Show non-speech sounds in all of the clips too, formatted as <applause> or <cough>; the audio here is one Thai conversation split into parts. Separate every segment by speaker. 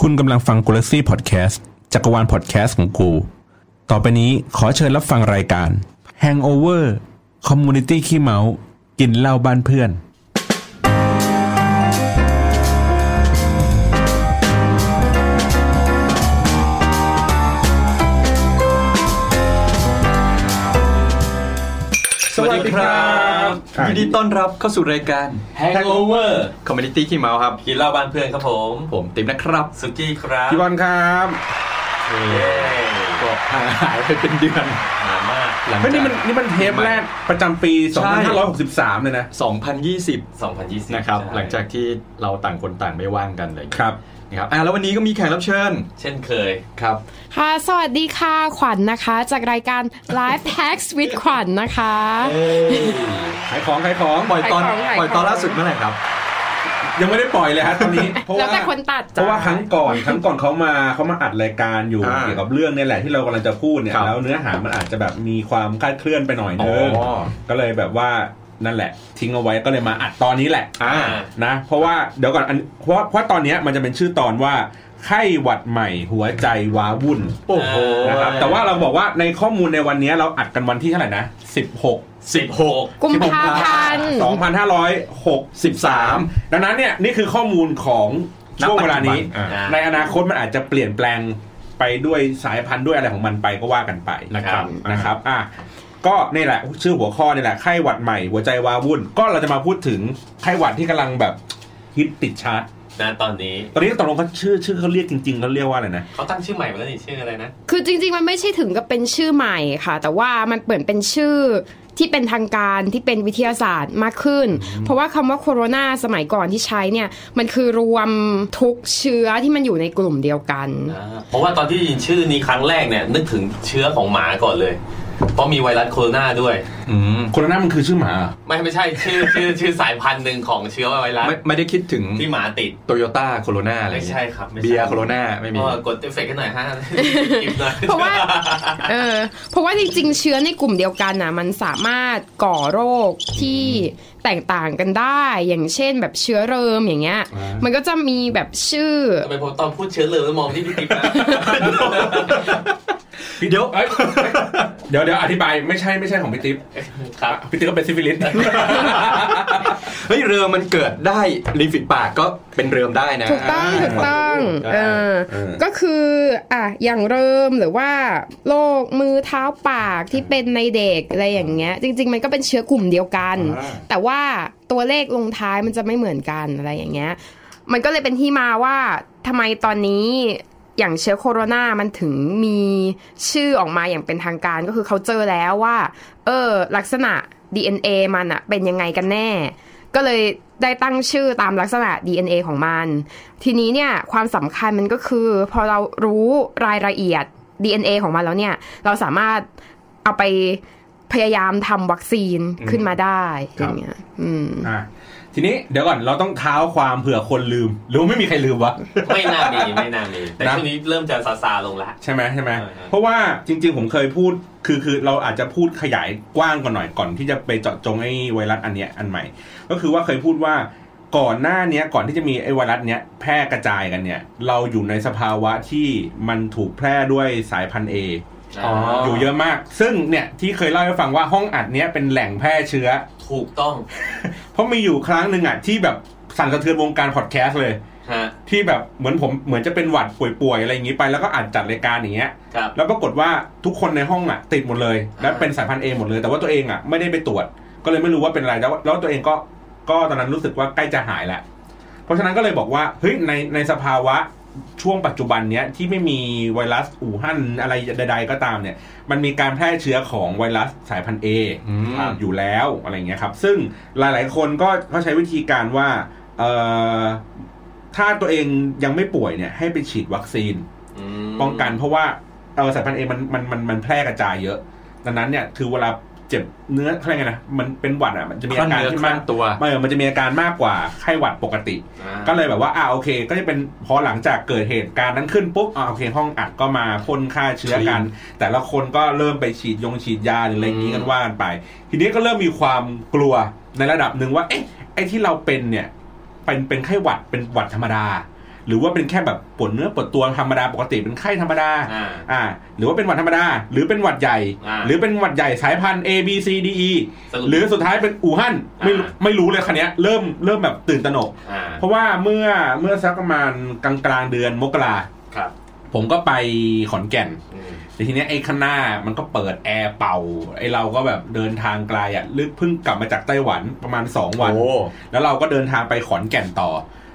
Speaker 1: คุณกำลังฟังกูลักซี่พอดแคสต์จักรวาลพอดแคสต์ของกู ต่อไปนี้ขอเชิญรับฟังรายการ Hangover Community ขี้เมา กินเหล้าบ้านเพื่อน
Speaker 2: สวัสดีครับยินดีต้อนรับเข้าสู่รายการ
Speaker 3: Hangover
Speaker 2: คอมมิ u n ตี้ขี้เมาครับ
Speaker 3: กินเหล้าบ้านเพื่อนครับผม
Speaker 2: ผมติ๊มนะครับ
Speaker 3: สุกี้ครับ
Speaker 4: พี่บอลครับ
Speaker 3: เย้
Speaker 2: ก็ห่างหายไปเป็นเดือน
Speaker 3: หนามาก
Speaker 2: หลัง
Speaker 4: เฮ้ย
Speaker 2: จา
Speaker 4: นี่มัน
Speaker 2: ก
Speaker 4: นี่มันเทปแรกประจำปี
Speaker 2: ใช่
Speaker 4: 2563 เลยนะ
Speaker 2: 2020
Speaker 3: 2020
Speaker 2: นะครับ
Speaker 3: ใช่
Speaker 2: หลังจากที่เราต่างคนต่างไม่ว่างกันเลย
Speaker 4: ครับ
Speaker 2: นะครับอ่าแล้ววันนี้ก็มีแขกรับเชิญ
Speaker 3: เช่นเคย
Speaker 2: ครับ
Speaker 5: ค่ะ สวัสดีค่ะ ขวัญนะคะ จากรายการ Live Hacks with ขวัญนะคะ
Speaker 4: ขายของขายของ
Speaker 2: ปล่อยตอน
Speaker 5: ขายของขายของ
Speaker 2: ปล่อยตอนล่าสุดเมื่อไหร่ครับ
Speaker 4: ยังไม่ได้ปล่อยเลยฮะตอน
Speaker 5: <laughs>
Speaker 4: นี้ เพราะ
Speaker 5: แล้ว
Speaker 4: ว่า
Speaker 5: แต่คนตัด
Speaker 4: เพ
Speaker 5: จ้ะ
Speaker 4: ราะว่าครั้งก่อนครั้งก่อนเขามาเขามาอัดรายการอยู่
Speaker 2: อ่า
Speaker 4: เกี่ยวกับเรื่องเนี่ยแหละที่เรากำลังจะพูดเนี่ย
Speaker 2: ครับ
Speaker 4: แล้วเนื้อหามันอาจจะแบบมีความคลาดเคลื่อนไปหน่อยนึง
Speaker 2: อ๋อ
Speaker 4: ก็เลยแบบว่านั่นแหละ ทิ้งเอาไว้ก็เลยมาอัดตอนนี้แหละ
Speaker 2: อ่า
Speaker 4: นะเพราะว่าเดี๋ยวก่อนอันเพราะเพราะตอนเนี้ยมันจะเป็นชื่อตอนว่าไข้หวัดใหม่หัวใจว้าวุ่น
Speaker 2: โอ้โห
Speaker 4: นะครับแต่ว่าเราบอกว่าในข้อมูลในวันเนี้ยเราอัดกันวันที่เท่าไหร่นะ 16
Speaker 2: 16
Speaker 5: กุมภาพันธ์
Speaker 4: 2563 ดังนั้นเนี่ยนี่คือข้อมูลของ
Speaker 2: ณ
Speaker 4: ช่วงเวลานี้
Speaker 2: ปัจจุบันอ่า
Speaker 4: ในอนาคตมันอาจจะเปลี่ยนแปลงไปด้วยสายพันธุ์ด้วยอะไรของมันไปก็ว่ากันไป
Speaker 2: นะครับ
Speaker 4: นะครับอ่ะก็นี่แหละชื่อหัวข้อนี่แหละไข้หวัดใหม่หัวใจว้าวุ่น ก็เราจะมาพูดถึงไข้หวัดที่กำลังแบบฮิตติดชาร์ต
Speaker 3: นะ ตอนนี้
Speaker 4: ตอนนี้ตกลงเขาชื่อชื่อเขาเรียกจริงๆเขาเรียกว่าอะไรนะ
Speaker 3: เขาตั้งชื่อใหม่มาแล้วนี่ชื่ออะไรนะ
Speaker 5: คือจริงๆ มันไม่ใช่ถึงกับเป็นชื่อใหม่ค่ะ แต่ว่ามันเปลี่ยนเป็นชื่อที่เป็นทางการที่เป็นวิทยาศาสตร์มากขึ้น เพราะว่าคำว่าโคโรนาสมัยก่อนที่ใช้เนี่ย มันคือรวมทุกเชื้อที่มันอยู่ในกลุ่มเดียวกัน
Speaker 3: อ่าเพราะว่าตอนที่ได้ยินชื่อนี้ครั้งแรกเนี่ย นึกถึงเชื้อของหมาก่อนเลย เพราะมีไวรัสโคโรนาด้วย
Speaker 2: อืม
Speaker 4: โคโรนามันคือชื่อหมาเหรอ
Speaker 3: ไม่ไม่ใช่ชื่อชื่อชื่อสายพันธุ์หนึ่งของเชื้อไวรัส
Speaker 2: ไม่ไม่ได้คิดถึง
Speaker 3: ที่หมาติด
Speaker 2: โตโยต้าโคโรนาอะไรอย่าง
Speaker 3: ไม่
Speaker 2: เงี้
Speaker 3: ใช่
Speaker 2: ย
Speaker 3: ครับไม่ใช่
Speaker 2: เบียร์โคโรนาไม่มี
Speaker 3: เออกดเอฟเฟกต์ให้หน่อยฮะกินหน่อย
Speaker 5: เพราะว่า เออเพราะว่าจริงๆ เชื้อในกลุ่มเดียวกันนะมันสามารถก่อโรคที่แตกต่างกันได้ อย่างเช่นแบบเชื้อเริมอย่างเงี้ย มันก็จะมีแบบชื่อ
Speaker 3: ทำไมผมตอนพูดเชื้อเลือแล้วมองที่พี่ติ๊บนะ
Speaker 4: เดี๋ยวเดี๋ยวเดี๋ยวอธิบายไม่ใช่ไม่ใช่ของพี่ติ๊บ
Speaker 3: ครับ
Speaker 4: พี่ติ๊บก็เป็นซิฟิลิส
Speaker 2: <laughs> เฮ้ยเรือมันเกิดได้ริมฝีปากก็เป็นเรือมได้นะ
Speaker 5: ถูกต้องถูกต้อง
Speaker 2: ได้
Speaker 5: เออ
Speaker 4: เออ
Speaker 5: ก็คืออ่ะอย่างเริ่มหรือว่าโรคมือเท้าปากที่เป็นในเด็กอะไรอย่างเงี้ย จริง ๆ มันก็เป็นเชื้อกลุ่มเดียวกัน แต่ว่าตัวเลขลงท้ายมันจะไม่เหมือนกันอะไรอย่างเงี้ย มันก็เลยเป็นที่มาว่าทำไมตอนนี้อย่างเชื้อโคโรนามันถึงมีชื่อออกมาอย่างเป็นทางการก็คือเขาเจอแล้วว่า เออ ลักษณะ DNA มันอะเป็นยังไงกันแน่ ก็เลยได้ตั้งชื่อตามลักษณะ DNA ของมัน ทีนี้เนี่ยความสำคัญมันก็คือ พอเรารู้รายละเอียด DNA ของมันแล้วเนี่ย เราสามารถเอาไปพยายามทำวัคซีนขึ้นมาได้อย่างเงี้ยอืม
Speaker 4: อ่ะทีนี้เดี๋ยวก่อนเราต้องเท้าความเผื่อคนลืม หรือว่าไม่มีใครลืมวะ
Speaker 3: ไม่น่ามีไม่น่ามีแต่
Speaker 4: นะ
Speaker 3: ช่วงนี้เริ่มจะซาซาลงแล้ว
Speaker 4: ใช่ไหมใช่ไหม
Speaker 3: ใช่ครับ
Speaker 4: เพราะว่าจริง ๆ ผมเคยพูดคือคือเราอาจจะพูดขยายกว้างกว่อนหน่อยก่อนที่จะไปเจาะจงไอ้ไวรัสอันเนี้ยอันใหม่ ก็คือว่าเคยพูดว่าก่อนหน้าเนี้ยก่อนที่จะมีไอ้ไวรัสเนี้ยแพร่กระจายกันเนี่ยเราอยู่ในสภาวะที่มันถูกแพร่ด้วยสายพันธุ์เอ
Speaker 2: อ๋อ
Speaker 4: อยู่เยอะมาก ซึ่งเนี่ยที่เคยเล่าให้ฟังว่าห้องอัดเนี้ยเป็นแหล่งแพร่เชื้อ
Speaker 3: ถูกต้อง
Speaker 4: เพราะมีอยู่ครั้งหนึ่งอ่ะที่แบบสั่นสะเทือนวงการพอดแคสต์เลย
Speaker 3: ฮะ
Speaker 4: ที่แบบเหมือนผมเหมือนจะเป็นหวัดป่วยๆอะไรอย่างนี้ไปแล้วก็อัดจัดรายการอย่างเงี้ย
Speaker 3: ครับ
Speaker 4: แล้วปรากฏว่าทุกคนในห้องอ่ะติดหมดเลย และ
Speaker 3: อ่า
Speaker 4: เป็นสายพันธุ์เอหมดเลย แต่ว่าตัวเองอ่ะไม่ได้ไปตรวจ ก็เลยไม่รู้ว่าเป็นอะไรแล้วแล้วตัวเองก็ก็ตอนนั้นรู้สึกว่าใกล้จะหายแหละเพราะฉะนั้นก็เลยบอกว่าเฮ้ยในในสภาวะช่วงปัจจุบันเนี้ยที่ไม่มีไวรัสอู่ฮั่นอะไรใด ๆ ก็ตามเนี่ย มันมีการแพร่เชื้อของไวรัสสายพันธุ์เอ
Speaker 2: อืม
Speaker 4: อยู่แล้วอะไรอย่างเงี้ยครับ ซึ่งหลาย ๆ คนก็เขาใช้วิธีการว่าเอ่อถ้าตัวเองยังไม่ป่วยเนี่ยให้ไปฉีดวัคซีน
Speaker 3: อืม
Speaker 4: ป้องกันเพราะว่าเออสายพันธุ์เอมันมันมันมันแพร่กระจายเยอะ ดังนั้นเนี่ยคือเวลาเจ็บเนื้อเขาเรียกไงนะมันเป็นหวัดอ่ะมันจะมีอาการที่
Speaker 2: คลั่
Speaker 4: มาก
Speaker 2: นตัว
Speaker 4: เออมันจะมีอาการมากกว่าไข้หวัดปกติ
Speaker 3: อ่า
Speaker 4: ก็เลยแบบว่าอ่าโอเค ก็จะเป็นพอหลังจากเกิดเหตุการณ์นั้นขึ้นปุ๊บอ่าโอเค ห้องอัดก็มาพ่นฆ่าเชื้อกัน แต่ละคนก็เริ่มไปฉีดยงฉีดยาหรืออะไรอย่างนี้กันว่ากันไป ทีนี้ก็เริ่มมีความกลัวในระดับหนึ่งว่าเอ๊ะไอ้ที่เราเป็นเนี่ยเป็นเป็นไข้หวัดเป็นหวัดธรรมดา หรือว่าเป็นแค่แบบปวดเนื้อปวดตัวธรรมดาปกติเป็นไข้ธรรมดา
Speaker 3: อ่า
Speaker 4: อ่า หรือว่าเป็นหวัดธรรมดา หรือเป็นหวัดใหญ่
Speaker 3: อ่า
Speaker 4: หรือเป็นหวัดใหญ่สายพันธุ์ A B C D E
Speaker 3: สรุป
Speaker 4: หรือสุดท้ายเป็นอู่ฮั่นไม่รู้
Speaker 3: อ่า
Speaker 4: ไม่รู้เลยคันนี้ยเริ่มเริ่มแบบตื่นตระหนก
Speaker 3: อ่า
Speaker 4: เพราะว่าเมื่อเมื่อสักประมาณกลางกลางๆเดือนมกรา
Speaker 3: ครับ
Speaker 4: ผมก็ไปขอนแก่น
Speaker 3: อืม
Speaker 4: แต่ทีเนี้ยไอ้ข้างหน้ามันก็เปิดแอร์เป่า ไอ้เราก็แบบเดินทางไกลอ่ะลึกเพิ่งกลับมาจากไต้หวันประมาณ 2 วัน
Speaker 2: โอ้
Speaker 4: แล้วเราก็เดินทางไปขอนแก่นต่อ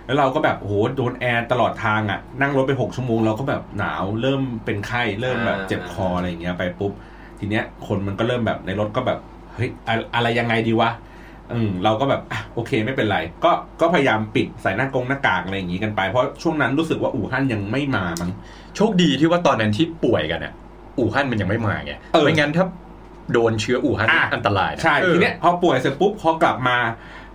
Speaker 4: แล้วเราก็แบบโอ้โหโดนแอร์ตลอดทางอ่ะ นั่งรถไป 6 ชั่วโมงเราก็แบบหนาวเริ่มเป็นไข้เริ่มแบบเจ็บคออะไรอย่างเงี้ยไปปุ๊บ ทีเนี้ยคนมันก็เริ่มแบบในรถก็แบบเฮ้ยอะอะไรยังไงดีวะอืมเราก็แบบอ่ะโอเคไม่เป็นไร ก็ก็พยายามปิดใส่หน้ากงหน้ากากอะไรอย่างงี้กันไปเพราะช่วงนั้นรู้สึกว่าอู่ฮั่นยังไม่มามั้ง
Speaker 2: โชคดีที่ว่าตอนนั้นที่ป่วยกันอ่ะอู่ฮั่นมันยังไม่มาไง
Speaker 4: เออ
Speaker 2: ไม่งั้นถ้าโดนเชื้ออู่ฮั่น
Speaker 4: อ่ะ
Speaker 2: อันตรายนะ
Speaker 4: ใช่
Speaker 2: ออ
Speaker 4: ทีเนี้ยพอป่วยเสร็จปุ๊บพอกลับมา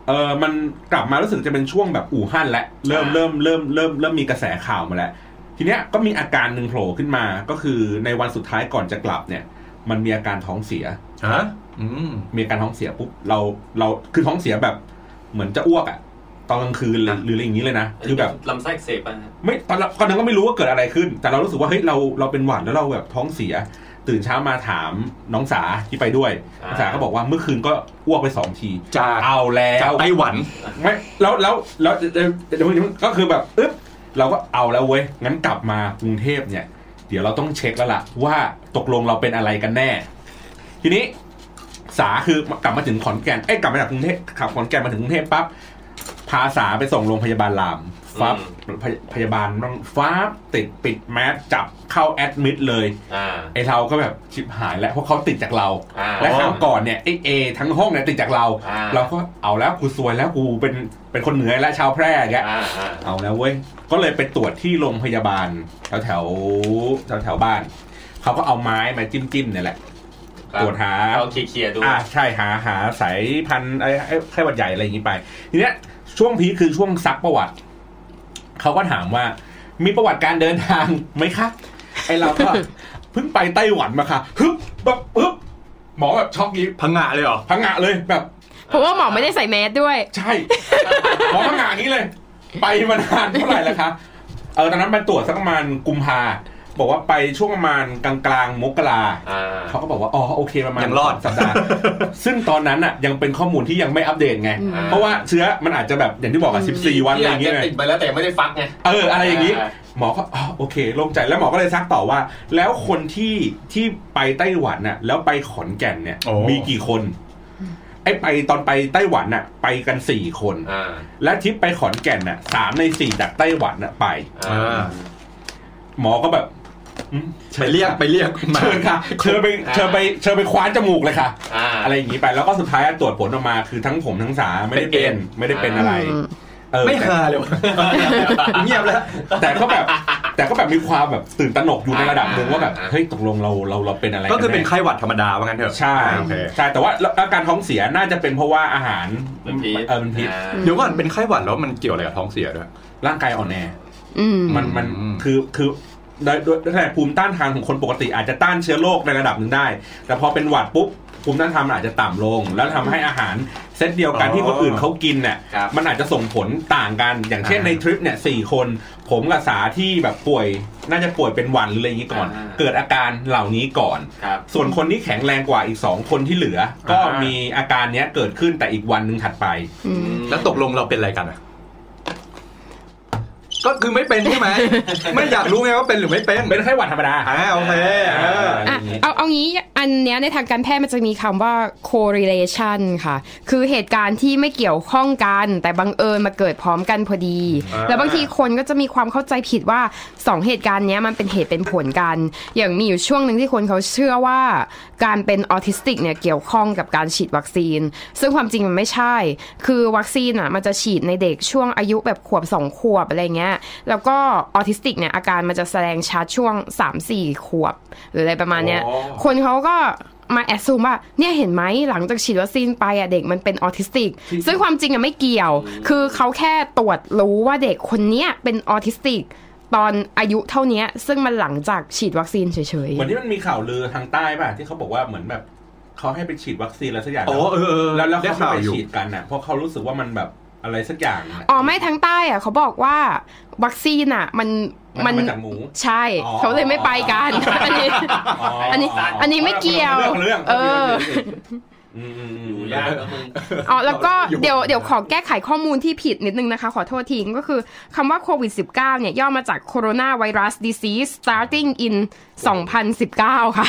Speaker 4: เออมันกลับมารู้สึกจะเป็นช่วงแบบอู่ฮั่นและเริ่มเริ่มเริ่มเริ่มเริ่มมีกระแสข่าวมาแล้ว ทีเนี้ยก็มีอาการหนึ่งโผล่ขึ้นมาก็คือในวันสุดท้ายก่อนจะกลับเนี่ย มันมีอาการท้องเสีย
Speaker 2: ฮะอืม
Speaker 4: มีอาการท้องเสียปุ๊บเราเราคือท้องเสียแบบเหมือนจะอ้วกอะตอนกลางคืนหรือหรืออะไรอย่างนี้เลยนะคือแบบ
Speaker 3: ลำไส้อักเสบอ่ะ
Speaker 4: ไม่ตอนตอนนั้นก็ไม่รู้ว่าเกิดอะไรขึ้น แต่เรารู้สึกว่าเฮ้ยเราเราเป็นหวัดแล้วเราแบบท้องเสีย ตื่นเช้ามาถามน้องสาที่ไปด้วยน้องสาก็บอกว่าเมื่อคืนก็อ้วกไปสองที
Speaker 2: จาก
Speaker 4: เอาแล้
Speaker 2: จาก
Speaker 4: ว
Speaker 2: ไต้หวัน
Speaker 4: ไม่แล้วแล้วแล้วเดี๋ยวเดี๋ยวเดี๋ยวก็คือแบบอึ๊บเราก็เอาแล้วเว้ยงั้นกลับมากรุงเทพเนี่ย เดี๋ยวเราต้องเช็คแล้วล่ะ ว่าตกลงเราเป็นอะไรกันแน่ ทีนี้สาคือกลับมาถึงขอนแก่นเอ้ยกลับมาจากกรุงเทพขับขอนแก่นมาถึงกรุงเทพปั๊บพาสาไปส่งโรงพยาบาลรามฟ้าพยพยาบาลต้องฟ้าติดปิดแมสจับเข้าแอดมิดเลย
Speaker 3: อ่า
Speaker 4: ไอเราก็แบบชิบหายแล้วเพราะเขาติดจากเรา
Speaker 3: อ่า
Speaker 4: และครั้งก่อนเนี่ยไอเอทั้งห้องเนี่ยติดจากเรา
Speaker 3: อ่า
Speaker 4: เราก็เอาแล้วกูซวยแล้วกูเป็นเป็นคนเหนือและชาวแพร่แก
Speaker 3: อ่าอ่า
Speaker 4: เอาแล้วเว้ย ก็เลยไปตรวจที่โรงพยาบาลแถวแถวแถวแถวๆบ้าน เขาก็เอาไม้มาจิ้มจิ้มๆเนี่ยแหละ
Speaker 3: ครับ
Speaker 4: ตรวจหา
Speaker 3: เอาเคลียร์ๆดู
Speaker 4: อ่าใช่หาหาสายพันธุ์ไอ้ไอ้ไข้หวัดใหญ่อะไรอย่างนี้ไป ทีเนี้ยช่วงพีคคือช่วงซักประวัติ เขาก็ถามว่า มีประวัติการเดินทางไหมคะไอเรา
Speaker 3: <laughs>
Speaker 4: ก็ เพิ่งไปไต้หวันมาค่ะฮึบแบบฮึบหมอแบบช็อกยิ้ม
Speaker 2: พังงะเลยเหรอ
Speaker 4: พังงะเลยแบบ
Speaker 5: เพราะว่าหมอไม่ได้ใส่แมสด้วย
Speaker 4: ใช่ <laughs> หมอพังงะอย่างนี้เลย ไปมานานเท่าไหร่แล้วคะเออตอนนั้นไปตรวจสักประมาณกุมภาบอกว่าไปช่วงประมาณกลางกลางๆมกรา
Speaker 3: อ่า
Speaker 4: เขาก็บอกว่าอ๋อโอเคประมาณ
Speaker 2: ยังรอด
Speaker 4: สสัป
Speaker 2: <laughs>
Speaker 4: ดาห์ ซึ่งตอนนั้นอ่ะยังเป็นข้อมูลที่ยังไม่อัปเดตไง
Speaker 5: อืม
Speaker 4: เพราะว่าเชื้อมันอาจจะแบบอย่างที่บอกอ่ะ14 วันอะไรอย่างเงี้ยไง
Speaker 3: ติดไปแล้วแต่ไม่ได้ฟักไง
Speaker 4: เอออะไรอย่างงี้
Speaker 3: อ่า
Speaker 4: หมอก็อ๋อโอเคโล่งใจแล้วหมอก็เลยซักต่อว่า แล้วคนที่ที่ไปไต้หวันน่ะ แล้วไปขอนแก่นเนี่ย
Speaker 2: โอ้
Speaker 4: มีกี่คน ไอ้ไปตอนไปไต้หวันน่ะ ไปกันสี่คน
Speaker 3: อ่า
Speaker 4: และทริปไปขอนแก่นน่ะสามในสี่จากไต้หวันน่ะไป
Speaker 3: อ่า
Speaker 4: หมอก็แบบอืม
Speaker 2: ไปเรียกไปเรียกมา
Speaker 4: เชิญค่ะเชิญไปเชิญไปเชิญไปคว้านจมูกเลยค่ะ
Speaker 3: อ่า
Speaker 4: อะไรอย่างนี้ไปแล้วก็สุดท้ายตรวจผลออกมาคือทั้งผมทั้งสาไม่ได้เป็น ไม่ได้เป็นอะไร
Speaker 5: อืม
Speaker 4: เออ
Speaker 2: ไม่
Speaker 4: แต่
Speaker 2: ฮาเลยวะ เงียบแล้ว
Speaker 4: แต่ก็แบบแต่ก็แบบมีความแบบตื่นตระหนกอยู่ในระดับหนึ่งว่าแบบ
Speaker 3: อ่า
Speaker 4: เฮ้ยตกลงเราเราเราเป็นอะไร
Speaker 2: ก็คือเป็น
Speaker 4: แ
Speaker 2: ไข้หวัดธรรมดาว่างั้นเถอะ
Speaker 4: ใช่
Speaker 2: โอเค
Speaker 4: ใช่แต่ว่าแล้วอาการท้องเสียน่าจะเป็นเพราะว่าอาหาร
Speaker 3: เป็นพิษ
Speaker 4: เออเป็นพิษ
Speaker 3: า
Speaker 2: เดี๋ยวก่อนเป็นไข้หวัดแล้วมันเกี่ยวอะไรกับท้องเสียด้วย
Speaker 4: ร่างกายอ่อนแอ
Speaker 5: อืม
Speaker 4: มันมัน
Speaker 2: อืม
Speaker 4: คือคือโดยโดยแต่ภูมิต้านทานของคนปกติอาจจะต้านเชื้อโรคในระดับหนึ่งได้ แต่พอเป็นหวัดปุ๊บภูมิต้านทานมันอาจจะต่ำลง แล้วทำให้อาหารเซตเดียวกันที่คนอื่นเขากินเนี่ย
Speaker 3: ครับ
Speaker 4: มันอาจจะส่งผลต่างกัน อย่างเช่น
Speaker 2: อ่า
Speaker 4: ในทริปเนี่ยสี่คน ผมกับสาที่แบบป่วย น่าจะป่วยเป็นหวันหรืออะไรอย่างนี้ก่อน
Speaker 3: อ่า
Speaker 4: เกิดอาการเหล่านี้ก่อน
Speaker 3: ครับ
Speaker 4: ส่วนคนที่แข็งแรงกว่าอีกสองคนที่เหลือ ก็มีอาการเนี้ยเกิดขึ้นแต่อีกวันหนึ่งถัดไป
Speaker 5: อืม
Speaker 2: แล้วตกลงเราเป็นอะไรกันอ่ะ ก็คือไม่เป็นใช่ไหม
Speaker 4: <laughs>
Speaker 2: ไม่อยากรู้ไงว่าเป็นหรือไม่เป็น
Speaker 4: เป็นไข้หวัดธรรมดา
Speaker 2: อ่าโอเคเออ
Speaker 5: อ่ะเอาเอางี้อันเนี้ยในทางการแพทย์มันจะมีคำว่า correlation ค่ะ คือเหตุการณ์ที่ไม่เกี่ยวข้องกัน แต่บังเอิญมาเกิดพร้อมกันพอดี
Speaker 2: อ่า
Speaker 5: แล้วบางทีคนก็จะมีความเข้าใจผิดว่าสองเหตุการณ์เนี้ยมันเป็นเหตุเป็นผลกัน อย่างมีอยู่ช่วงหนึ่งที่คนเขาเชื่อว่าการเป็นออทิสติกเนี่ยเกี่ยวข้องกับการฉีดวัคซีน ซึ่งความจริงมันไม่ใช่ คือวัคซีนอ่ะมันจะฉีดในเด็กช่วงอายุแบบขวบสองขวบอะไรเงี้ย แล้วก็ออทิสติกเนี่ยอาการมันจะแสดงชัดช่วงสามสี่ขวบ หรืออะไรประมาณเนี้ย
Speaker 2: อ๋อ
Speaker 5: คนเขาก็มาแอดซูมว่าเนี่ยเห็นไหมหลังจากฉีดวัคซีนไปอ่ะเด็กมันเป็นออทิสติก ซึ่งความจริงอ่ะไม่เกี่ยว คือเขาแค่ตรวจรู้ว่าเด็กคนเนี้ยเป็นออทิสติก ตอนอายุเท่าเนี้ย ซึ่งมันหลังจากฉีดวัคซีนเฉย
Speaker 4: เหมือนที่มันมีข่าวลือทางใต้ป่ะที่เขาบอกว่าเหมือนแบบเขาให้ไปฉีดวัคซีนอะไรสักอย่าง
Speaker 2: โอ้เออเออ
Speaker 4: แล้วแล้ว
Speaker 2: ได้
Speaker 4: เขาไม่
Speaker 2: ข่าว
Speaker 4: ไป
Speaker 2: อยู่
Speaker 4: ฉีดกันน่ะเพราะเขารู้สึกว่ามันแบบ อะไรสักอย่างะ
Speaker 5: อ๋อไม่ทางใต้อะเขาบอกว่าวัคซีนอะมัน
Speaker 4: มันมาจากหมู
Speaker 5: ใช่
Speaker 4: อ๋อ
Speaker 5: เขาเลยไม่ไปกัน
Speaker 4: <laughs>
Speaker 5: อันนี้ อันนี้อันนี้ไม่เกี่ยว
Speaker 4: เรื่องของเรื่อง
Speaker 5: เออ
Speaker 4: อืมอืมอืม
Speaker 3: อยู่ยากแล้วมึง
Speaker 5: อ๋อแล้วก็
Speaker 2: อยู่
Speaker 5: เดี๋ยวเดี๋ยวขอแก้ไขข้อมูลที่ผิดนิดนึงนะคะ ขอโทษทีก็คือคำว่าโควิด -19 เนี่ยย่อมาจาก coronavirus disease starting in 2019 ค่ะ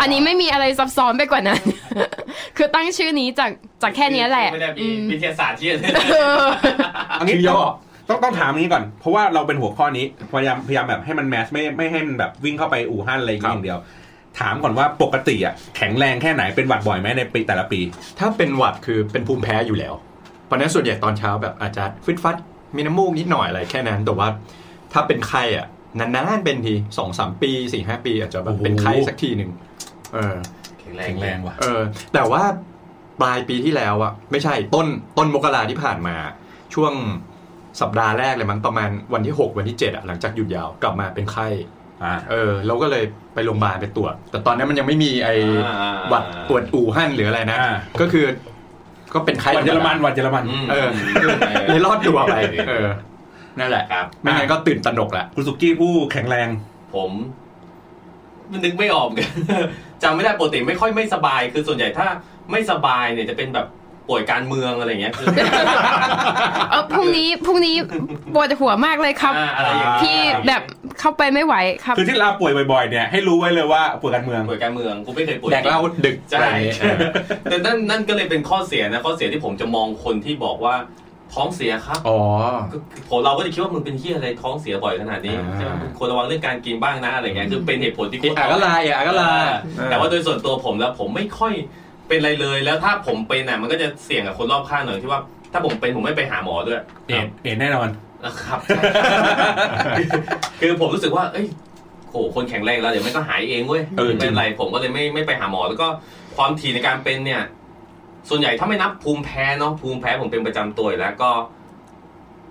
Speaker 5: อันนี้ไม่มีอะไรซับซ้อนไปกว่านั้น <laughs> คือตั้งชื่อนี้จากจากแค่เนี้ยแหละ
Speaker 3: ไม่ได้มี
Speaker 5: อืม
Speaker 3: วิทยาศาสตร์ที่
Speaker 5: เออ
Speaker 4: อันนี้
Speaker 2: ชื่อย่อ
Speaker 4: ต้องต้องถามอันนี้ก่อน เพราะว่าเราเป็นหัวข้อนี้พยายามพยายามแบบให้มันแมสไม่ไม่ให้มันแบบวิ่งเข้าไปอู่ฮั่นอะไรอย่างเงี้ยอย่างเดียว ถามก่อนว่าปกติอ่ะแข็งแรงแค่ไหนเป็นหวัดบ่อยไหมในปีแต่ละปี
Speaker 2: ถ้าเป็นหวัดคือเป็นภูมิแพ้อยู่แล้ว เพราะฉะนั้นส่วนใหญ่ตอนเช้าแบบอาจจะฟึดฟัดมีน้ำมูกนิดหน่อยอะไรแค่นั้น แต่ว่าถ้าเป็นไข้อ่ะนานๆเป็นทีสองสามปีสี่ห้าปี อาจจะแบบเป็นไข้สักทีหนึ่งเออ
Speaker 3: แข็งแรงแรงว่ะ
Speaker 2: เออแต่ว่าปลายปีที่แล้วอะไม่ใช่ต้นต้นมกราที่ผ่านมา ช่วงสัปดาห์แรกเลยมั้งประมาณวันที่ 6 วันที่ 7อะหลังจากหยุดยาวกลับมาเป็นไข้
Speaker 4: อ่า
Speaker 2: เออเราก็เลยไปโรงพยาบาลไปตรวจ แต่ตอนนั้นมันยังไม่มีไอ้หวัดตรวจอู่ฮั่นหรืออะไรนะ
Speaker 4: อ่า
Speaker 2: ก็คือก็เป็นไข้
Speaker 4: หวัดเยอรมันหวัดเยอรมัน
Speaker 2: เอ <laughs> อเลยรอดตัวไปเออนั่นแหละ
Speaker 3: ครับ
Speaker 2: ไม่งั้นก็ตื่นตระหนกแหละ
Speaker 4: คุณสุกี้ผู้แข็งแรง
Speaker 3: ผมมันนึกไม่ออกเหมือน <laughs> กัน จำไม่ได้ปกติไม่ค่อยไม่สบาย คือส่วนใหญ่ถ้าไม่สบายเนี่ยจะเป็นแบบป่วยการเมืองอะไรอย่างเงี้ย
Speaker 2: <laughs>
Speaker 3: คือ
Speaker 5: เออพรุ่งนี้พรุ่งนี้ปวดหัวมากเลยครับ
Speaker 3: อ่าอะไรอย่างเงี้ย
Speaker 5: ที่แบบเข้าไปไม่ไหวครับ
Speaker 4: คือที่เราป่วยบ่อยๆเนี่ยให้รู้ไว้เลยว่าป่วยการเมือง
Speaker 3: ป่วยการเมืองกูไม่เคยป่วย
Speaker 2: แดกเหล้าดึก
Speaker 3: ใช่
Speaker 2: อะไรอย่างเงี้ย
Speaker 3: แต่นั่นนั่นก็เลยเป็นข้อเสียนะข้อเสียที่ผมจะมองคนที่บอกว่าท้องเสียครับ
Speaker 2: อ๋อ
Speaker 3: ก็ผมเราก็จะคิดว่ามึงเป็นที่อะไรท้องเสียบ่อยขนาดนี้
Speaker 2: อ่า
Speaker 3: ใช่ไหมมึงควรระวังเรื่องการกินบ้างนะอะไรเงี้ยคือเป็นเหตุผลที่กู
Speaker 2: อ่ะก็ลายอ่ะก็ลา
Speaker 3: แต่ว่าโดยส่วนตัวผมแล้วผมไม่ค่อยเป็นอะไรเลยแล้วถ้าผมเป็นน่ะมันก็จะเสี่ยงกับคนรอบข้างหน่อยที่ว่า ถ้าผมเป็นผมไม่ไปหาหมอด้วย
Speaker 4: เอ็นเอ็นแน่นอน
Speaker 3: นะครับ <laughs> คือผมรู้สึกว่า เอ้ยโหคนแข็งแรงแล้วเดี๋ยวมันก็หายเองเว้ย
Speaker 2: เออจริง
Speaker 3: ไม่เป็นไรผมก็เลยไม่ไม่ไปหาหมอ แล้วก็ความถี่ในการเป็นเนี่ย ส่วนใหญ่ถ้าไม่นับภูมิแพ้เนาะภูมิแพ้ผมเป็นประจำตัวอยู่แล้วก็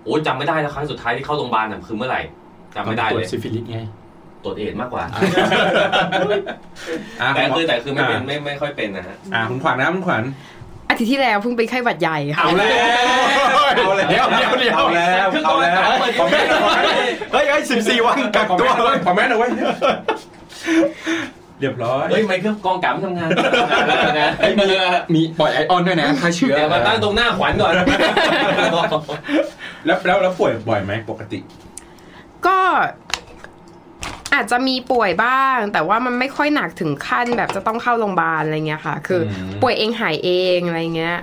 Speaker 3: โอ้ยจำไม่ได้แล้วครั้งสุดท้ายที่เข้าโรงพยาบาลน่ะคือเมื่อไหร่จำไม่
Speaker 2: ต
Speaker 3: ได้
Speaker 2: ร
Speaker 3: เล
Speaker 2: วย จซิฟิลิสไง
Speaker 3: ตรวจเอดส์มากกว่า
Speaker 4: อ่ะ
Speaker 3: แต่คือแต่คือไม่เป็
Speaker 4: อ่ะ
Speaker 3: นไม่ไม่ค่อยเป็นนะฮะ
Speaker 4: อ่าคุณขวัญนะคุณขวัญ
Speaker 5: อาทิตย์ที่แล้วเพิ่งไปไข้หวัดใหญ่ค่ะ
Speaker 4: เอาแล้วเอาแล้ว
Speaker 2: เดี๋ยวเดี๋ยวเดี๋ยว
Speaker 4: เอาแล้วเอาแล้วผมแม่นเอาไว้
Speaker 2: เฮ้ยเฮ้ยสิบสี่วันกัก
Speaker 4: ผม
Speaker 2: ตั
Speaker 4: แม่
Speaker 2: วน
Speaker 4: เอาไว้ผมแม่น
Speaker 2: เลย
Speaker 4: เอาไว้เรียบร้อย
Speaker 3: เฮ้ยไม่เครื่องกองกลับทำงานแล้วนะไอ้เมือ
Speaker 2: มีปล่อยไอออนด้วยนะฆ่าเชื้อ
Speaker 3: เดี๋ยวมาตั้งตรงหน้าขวัญก่อน <laughs>
Speaker 4: แล้วแล้วแล้วป่วยบ่อยไหมปกติ
Speaker 5: ก็อาจจะมีป่วยบ้าง แต่ว่ามันไม่ค่อยหนักถึงขั้นแบบจะต้องเข้าโรงพยาบาลอะไรเงี้ยค่ะ คืออ
Speaker 4: ม
Speaker 5: ป่วยเองหายเองอะไรเงี้ย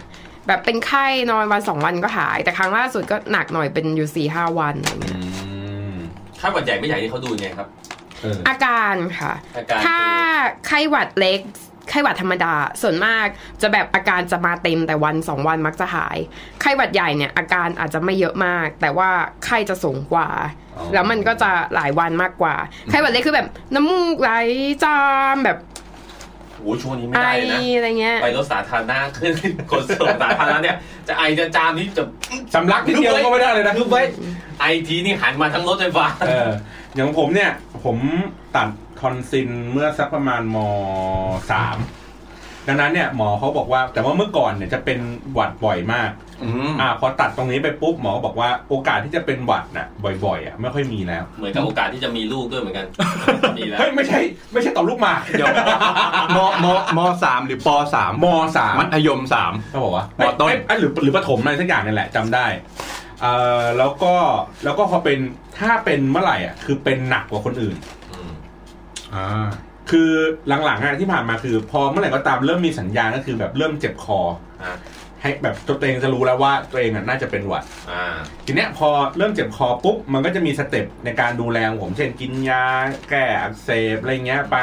Speaker 5: แบบเป็นไข้นอนวันสองวันก็หาย แต่ครั้งล่าสุดก็หนักหน่อยเป็นอยู่สี่ห้าวันอะไรเงี้ย
Speaker 3: ถ้าหวัดใหญ่ไม่ใหญ่ที่เขาดูยังไงครับ
Speaker 4: เออ
Speaker 5: อาการค่ะ
Speaker 3: อาการ
Speaker 5: ถ้าไข้หวัดเล็ก ไข้หวัดธรรมดา ส่วนมากจะแบบอาการจะมาเต็มแต่วันสองวันมักจะหาย ไข้หวัดใหญ่เนี่ยอาการอาจจะไม่เยอะมาก แต่ว่าไข้จะสูงกว่า แล้วมันก็จะหลายวันมากกว่า ไข้หวัดเล็กคือแบบน้ำมูกไหลจามแบบ
Speaker 3: โอ้ช่วงนี้ไม่
Speaker 5: ไอ
Speaker 3: ได้นะ
Speaker 5: อะไรเงี้ย
Speaker 3: ไปรถสาธารณะขึ้นขนส่งสาธารณะเนี่ย จะไอจะจามนี่จะ
Speaker 4: สำลักนิดเดียวก็ไม่ได้เลยนะ
Speaker 3: คือไว้ไอทีนี่หันมาทั้งรถไฟฟ้า
Speaker 4: เอออย่างผมเนี่ย ผมตัดทอนซิลเมื่อสักประมาณมสามดังนั้นเนี่ยหมอเขาบอกว่า แต่ว่าเมื่อก่อนเนี่ยจะเป็นหวัดบ่อยมาก อ่าพอตัดตรงนี้ไปปุ๊บหมอก็บอกว่าโอกาสที่จะเป็นหวัดน่ะ บ่อยๆอ่ะไม่ค่อยมีแล้ว
Speaker 3: เหมือนกับโอกาสที่จะมีลูกด้วยเหมือนกันมีแล้ว
Speaker 4: เฮ้ยไม่ใช่ไม่ใช่ต่อมลูกหมาก
Speaker 2: เดี๋ยวมมมสามหรือปสาม
Speaker 4: มสาม
Speaker 2: มัธยมสาม
Speaker 4: เขาบอกว่าม
Speaker 2: ต้น
Speaker 4: เยเยหรือหรือประถมอะไรสักอย่างนี่แหละจำได้เอ่อแล้วก็แล้วก็พอเป็นถ้าเป็นเมื่อไหร่อ่ะคือเป็นหนักกว่าคนอื่น
Speaker 3: อืม
Speaker 2: อ่า
Speaker 4: คือหลังๆอ่ะที่ผ่านมาคือพอเมื่อไหร่ก็ตามเริ่มมีสัญญาณก็คือแบบเริ่มเจ็บคอ
Speaker 3: อ่ะ
Speaker 4: ให้แบบตัวเองจะรู้แล้วว่าตัวเองอ่ะน่าจะเป็นหวัด
Speaker 3: อ่า
Speaker 4: ทีเนี้ยพอเริ่มเจ็บคอปุ๊บมันก็จะมีสเต็ปในการดูแลของผมเช่นกินยาแก้อักเสบอะไรเงี้ยไป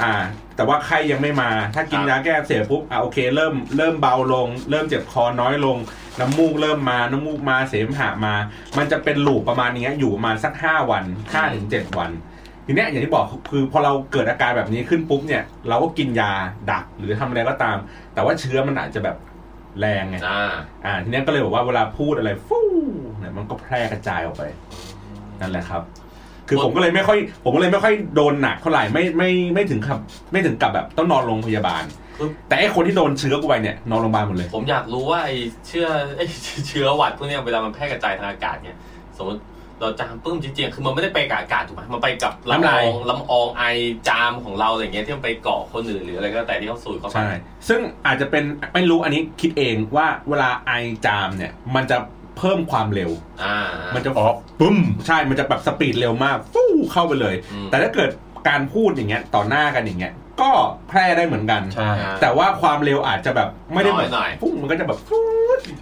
Speaker 4: อ่า แต่ว่าไข้ยังไม่มา ถ้ากินยาแก้อักเสบปุ๊บอ่าโอเค เริ่มเริ่มเบาลง เริ่มเจ็บคอน้อยลง น้ำมูกเริ่มมาน้ำมูกมาเสมหะมา มันจะเป็นลูปประมาณเนี้ยอยู่ประมาณสักห้าวันห้าถึงเจ็ดวัน ทีเนี้ยอย่างที่บอกคือพอเราเกิดอาการแบบนี้ขึ้นปุ๊บเนี่ย เราก็กินยาดักหรือทำอะไรก็ตาม แต่ว่าเชื้อมันอาจจะแบบแรงไง
Speaker 3: อ่า
Speaker 4: อ่าทีเนี้ยก็เลยบอกว่าเวลาพูดอะไรฟูเนี่ยมันก็แพร่กระจายออกไปนั่นแหละครับ คือผมก็เลยไม่ค่อย ผมก็เลยไม่ค่อยโดนหนักเท่าไหร่ไม่ไม่ไม่ถึงกับไม่ถึงกับแบบต้องนอนโรงพยาบาล
Speaker 3: ปึ๊บ
Speaker 4: แต่ไอ้คนที่โดนเชื้อกูไปเนี่ยนอนโรงพยาบาลหมดเลย
Speaker 3: ผมอยากรู้ว่าไอ้เชื้อ <laughs> ไอ้เชื้อหวัดพวกเนี้ยเวลามันแพร่กระจายทางอากาศเนี่ยสมมติเราจามปึ้มจริงๆคือมันไม่ได้ไปกับอากาศถูกไหมมันไปกับละอ
Speaker 4: น้ำลา
Speaker 3: อย งลำอองไอจามของเราอะไรเงี้ยที่มันไปเกาะคนอื่นหรืออะไรก็แล้วแต่ที่เขาสูดเข้าไป
Speaker 4: ใช่ ซึ่งอาจจะเป็นไม่รู้อันนี้คิดเองว่าเวลาไอจามเนี่ย มันจะเพิ่มความเร็ว
Speaker 3: อ่า
Speaker 4: มันจะออกปุ้มใช่ มันจะแบบสปีดเร็วมากฟู้เข้าไปเลย
Speaker 3: อืม
Speaker 4: แต่ถ้าเกิดการพูดอย่างเงี้ยต่อหน้ากันอย่างเงี้ยก็แพร่ได้เหมือนกัน
Speaker 2: ใช่
Speaker 3: อ่า
Speaker 4: แต่ว่าความเร็วอาจจะแบบไม่ได้แบบ
Speaker 3: น้อยๆ
Speaker 4: ฟุ้งมันก็จะแบบฟู้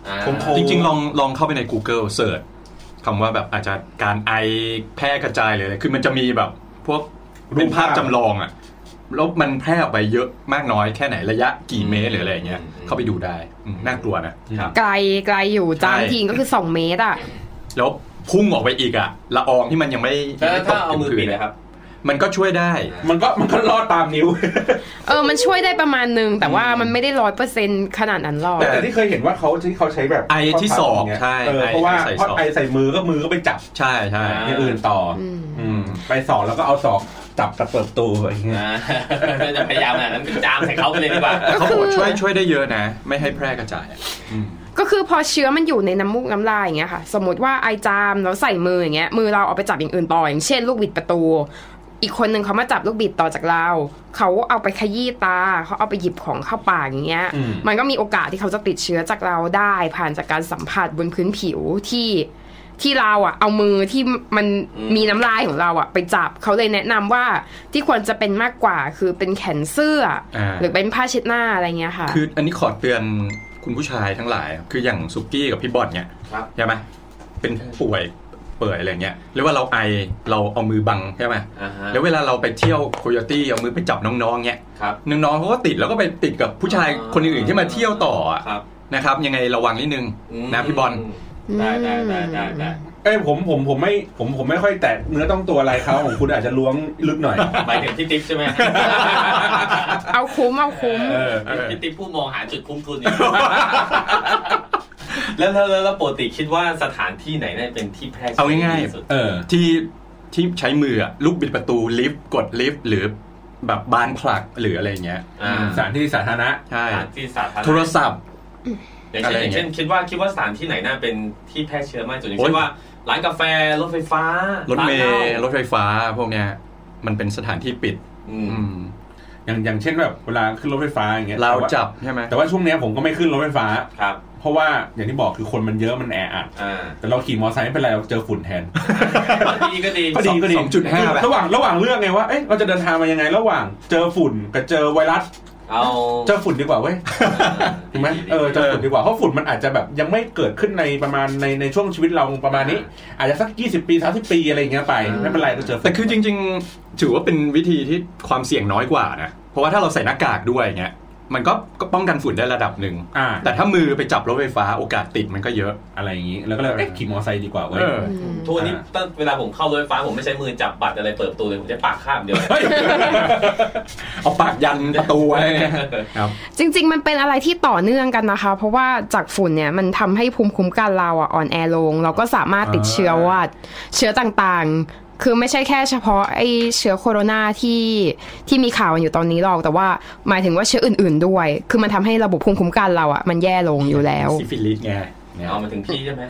Speaker 3: อ่า
Speaker 4: ผมโท
Speaker 2: จริงๆ ลองลองเข้าไปใน Google เสิร์ชคำว่าแบบอาจจะการไอแพร่กระจายเลยคือมันจะมีแบบพวก
Speaker 4: รูป
Speaker 2: เป็นภาพจำลองอะแล้วมันแพร่ออกไปเยอะมากน้อยแค่ไหนระยะกี่เมตรหรืออะไรอย่างเงี้ย
Speaker 3: อืม
Speaker 2: เข้าไปดูได้อืมน่ากลัวนะ
Speaker 4: อืม
Speaker 2: ครับ
Speaker 5: ไกลไกลอยู่จาม
Speaker 2: ใช่
Speaker 5: ทีก็คือ 2 เมตรอ่ะ
Speaker 2: แล้วพุ่งออกไปอีกอะละอองที่มันยังไม่
Speaker 3: แล้วถ้าเอามือปิด
Speaker 2: นะ
Speaker 3: นะครับ
Speaker 2: มันก็ช่วยได้
Speaker 4: มันก็ <laughs> มันก็รอดตามนิ้ว
Speaker 5: เออ มันช่วยได้ประมาณหนึง แต่ว่ามันไม่ได้ร้อยเปอร์เซ็นขนาดนั้นหรอก
Speaker 4: แต่ที่เคยเห็นว่าเขาที่เขาใช้แบบ
Speaker 2: ไอที่ศอก
Speaker 4: ข้พันย่างเงี้ย
Speaker 2: ใช่
Speaker 4: เออ
Speaker 2: ไอ
Speaker 4: เพราะว่า
Speaker 2: ใส่
Speaker 4: เพราะ
Speaker 2: ศอก
Speaker 4: ไอใส่มือก็มือก็ไปจับ
Speaker 2: ใช่ใช่
Speaker 4: อ
Speaker 3: อ่า
Speaker 4: ย่างอื่นต่ออ
Speaker 5: ม
Speaker 4: อืมไปศอกแล้วก็เอาศอกจับกระเปิดประตูอย่างเงี้ย
Speaker 3: อ่าจะพยายามอ่ะนั้นจามใส่เขาไปเลยดีกว่า
Speaker 2: เขาบอกว่าช่วยช่วยได้เยอะนะ ไม่ให้แพร่กระจายอะ
Speaker 5: ก็คือพอเชื้อมันอยู่ในน้ำมูกน้ำลายอย่างเงี้ยค่ะ สมมติว่าไอจามเราใส่มืออย่างเงี้ยมือเราเอาไปจับอย่างอื่นต่ออย่างเช่น ลูกบิดประตู อีกคนหนึ่งเขามาจับลูกบิดต่อจากเรา เขาเอาไปขยี้ตาเขาเอาไปหยิบของเข้าปากอย่างเงี้ย
Speaker 4: อืม
Speaker 5: มันก็มีโอกาสที่เขาจะติดเชื้อจากเราได้ผ่านจากการสัมผัสบนพื้นผิวที่ที่เราอะเอามือที่มัน
Speaker 3: อืม
Speaker 5: มีน้ำลายของเราอะไปจับเขาเลยแนะนำว่าที่ควรจะเป็นมากกว่าคือเป็นแขนเสื้ออา หรือเป็นผ้าเช็ดหน้าอะไรเงี้ยค่ะ
Speaker 2: คืออันนี้ขอเตือนคุณผู้ชายทั้งหลายครับคืออย่างสุกี้กับพี่บอลเนี่ย
Speaker 3: ครับ
Speaker 2: ใช่ไหมเป็นป่วยเปื่อยอะไรเงี้ยหรือว่าเราไอเราเอามือบังใช่ไหม
Speaker 3: อ่าฮะ
Speaker 2: แล้วเวลาเราไปเที่ยวโคโยตี้เอามือไปจับน้องๆเนี่ย
Speaker 3: ครับ
Speaker 2: น้องๆเขาก็ติดแล้วก็ไปติดกับผู้ชายคนอื่นๆที่มาเที่ยวต่ออะ
Speaker 3: ครับ
Speaker 2: นะครับยังไงระวังนิดนึงนะพี่บอล
Speaker 3: มได้ได้ได้ได้ได้
Speaker 4: เอ้ยผมผมผมไม่ผมผมไม่ค่อยแตะเนื้อต้องตัวอะไรเขาของคุณอาจจะล้วงลึกหน่อย
Speaker 3: หมายถึงพี่ติ๊บใช่ไหม
Speaker 5: เอาคุ้มเอาคุ้ม
Speaker 4: เออ
Speaker 3: พี่ติ๊บผู้มองหาจุดคุ้มทุนเนี่ยแล้วแล้วแล้วแล้วปกติคิดว่าสถานที่ไหนเนี่ยเป็นที่แพร่
Speaker 2: เอาง่าย
Speaker 3: ที่สุด
Speaker 4: เออ
Speaker 2: ๆที่ที่ใช้มืออะลูกบิดประตูลิฟต์กดลิฟต์หรือแบบบานผลักหรืออะไรเงี้ย
Speaker 3: อ่า
Speaker 4: สถานที่สาธารณะ
Speaker 2: ใช่
Speaker 3: สถานที่สาธารณะ
Speaker 2: โทรศัพท์
Speaker 3: อย่าง
Speaker 2: อะไร
Speaker 3: เช่นอย่างเช่น
Speaker 2: อย่างเงี้ย
Speaker 3: คิดว่าคิดว่าสถานที่ไหนน่าเป็นที่แพร่เชื้อมากที่สุดอย่าง
Speaker 2: โอ๊ย
Speaker 3: เช่นว่าร้านกาแฟรถไฟฟ้าร
Speaker 2: ถเมล์ร
Speaker 3: รถ
Speaker 2: ถไฟฟ้าพวกเนี้ยมันเป็นสถานที่ปิด อืม
Speaker 4: อย่างอย่างเช่นแบบเวลาขึ้นรถไฟฟ้าอย่างเงี้ย
Speaker 2: เรา
Speaker 4: แต่ว่
Speaker 2: จับใช่ไหม
Speaker 4: แต่ว่าช่วงเนี้ยผมก็ไม่ขึ้นรถไฟฟ้า
Speaker 3: ครับ
Speaker 4: เพราะว่าอย่างที่บอกคือคนมันเยอะมันแออัด
Speaker 3: อ่ <laughs> า
Speaker 4: แต่เราขี่มอเตอร์ไซค์ไม่เป็นไรเราเจอฝุ่นแทน
Speaker 3: ก็ดีก็
Speaker 4: ก็
Speaker 3: ดี
Speaker 4: ดีก็ดี
Speaker 2: สองจุดห้าแบบ
Speaker 4: ระหว่างระหว่างเรื่องไงว่าเอ๊ะเราจะเดินทางมายังไงระหว่างเจอฝุ่นกับเจอไวรัส
Speaker 3: เอา
Speaker 4: เจอฝุ่นดีกว่าเว้ยถูกไหมเออเจอฝุ่นดีกว่าเพราะฝุ่นมันอาจจะแบบยังไม่เกิดขึ้นในประมาณในในช่วงชีวิตเราประมาณนี้ อาจจะสัก 20 ปี30ปีอะไรอย่างเงี้ยไปไม่เป็นไรเราเจอฝุ่น
Speaker 2: แต่คือจริง ๆ ถือว่าเป็นวิธีที่ความเสี่ยงน้อยกว่านะ เพราะว่าถ้าเราใส่หน้ากากด้วยอย่างเงี้ยมันก็ก็ป้องกันฝุ่นได้ระดับหนึ่ง
Speaker 4: อ่า
Speaker 2: แต่ถ้ามือไปจับรถไฟฟ้าโอกาสติดมันก็เยอะ
Speaker 4: อะไรอย่างนี้ แล้วก็เลยเอ๊ะขี่มอเตอร์ไซค์ดีกว่าเว้ย
Speaker 2: เออ
Speaker 3: ทุกวันนี้ตั้งเวลาผมเข้ารถไฟฟ้าผมไม่ใช้มือจับบัตรอะไรเปิดประตูเลยผมจะปากข้ามเดียว
Speaker 4: เฮ้ย
Speaker 2: เอาปากยันประตูไว้ <laughs> เนี่ยครับ
Speaker 5: จริงๆ มันเป็นอะไรที่ต่อเนื่องกันนะคะ เพราะว่าจากฝุ่นเนี่ยมันทำให้ภูมิคุ้มกันเราอ่ะอ่อนแอลง เราก็สามารถติดเชื้อหวัดเชื้อต่างๆ คือไม่ใช่แค่เฉพาะไอ้เชื้อโคโรนาที่ที่มีข่าวกันอยู่ตอนนี้หรอก แต่ว่าหมายถึงว่าเชื้ออื่นๆด้วย คือมันทำให้ระบบภูมิคุ้มกันเราอ่ะมันแย่ลงอยู่แล้ว
Speaker 2: ซิฟิลิสไงเนี่ย
Speaker 3: เอามาถึงพี่ใช่ไหม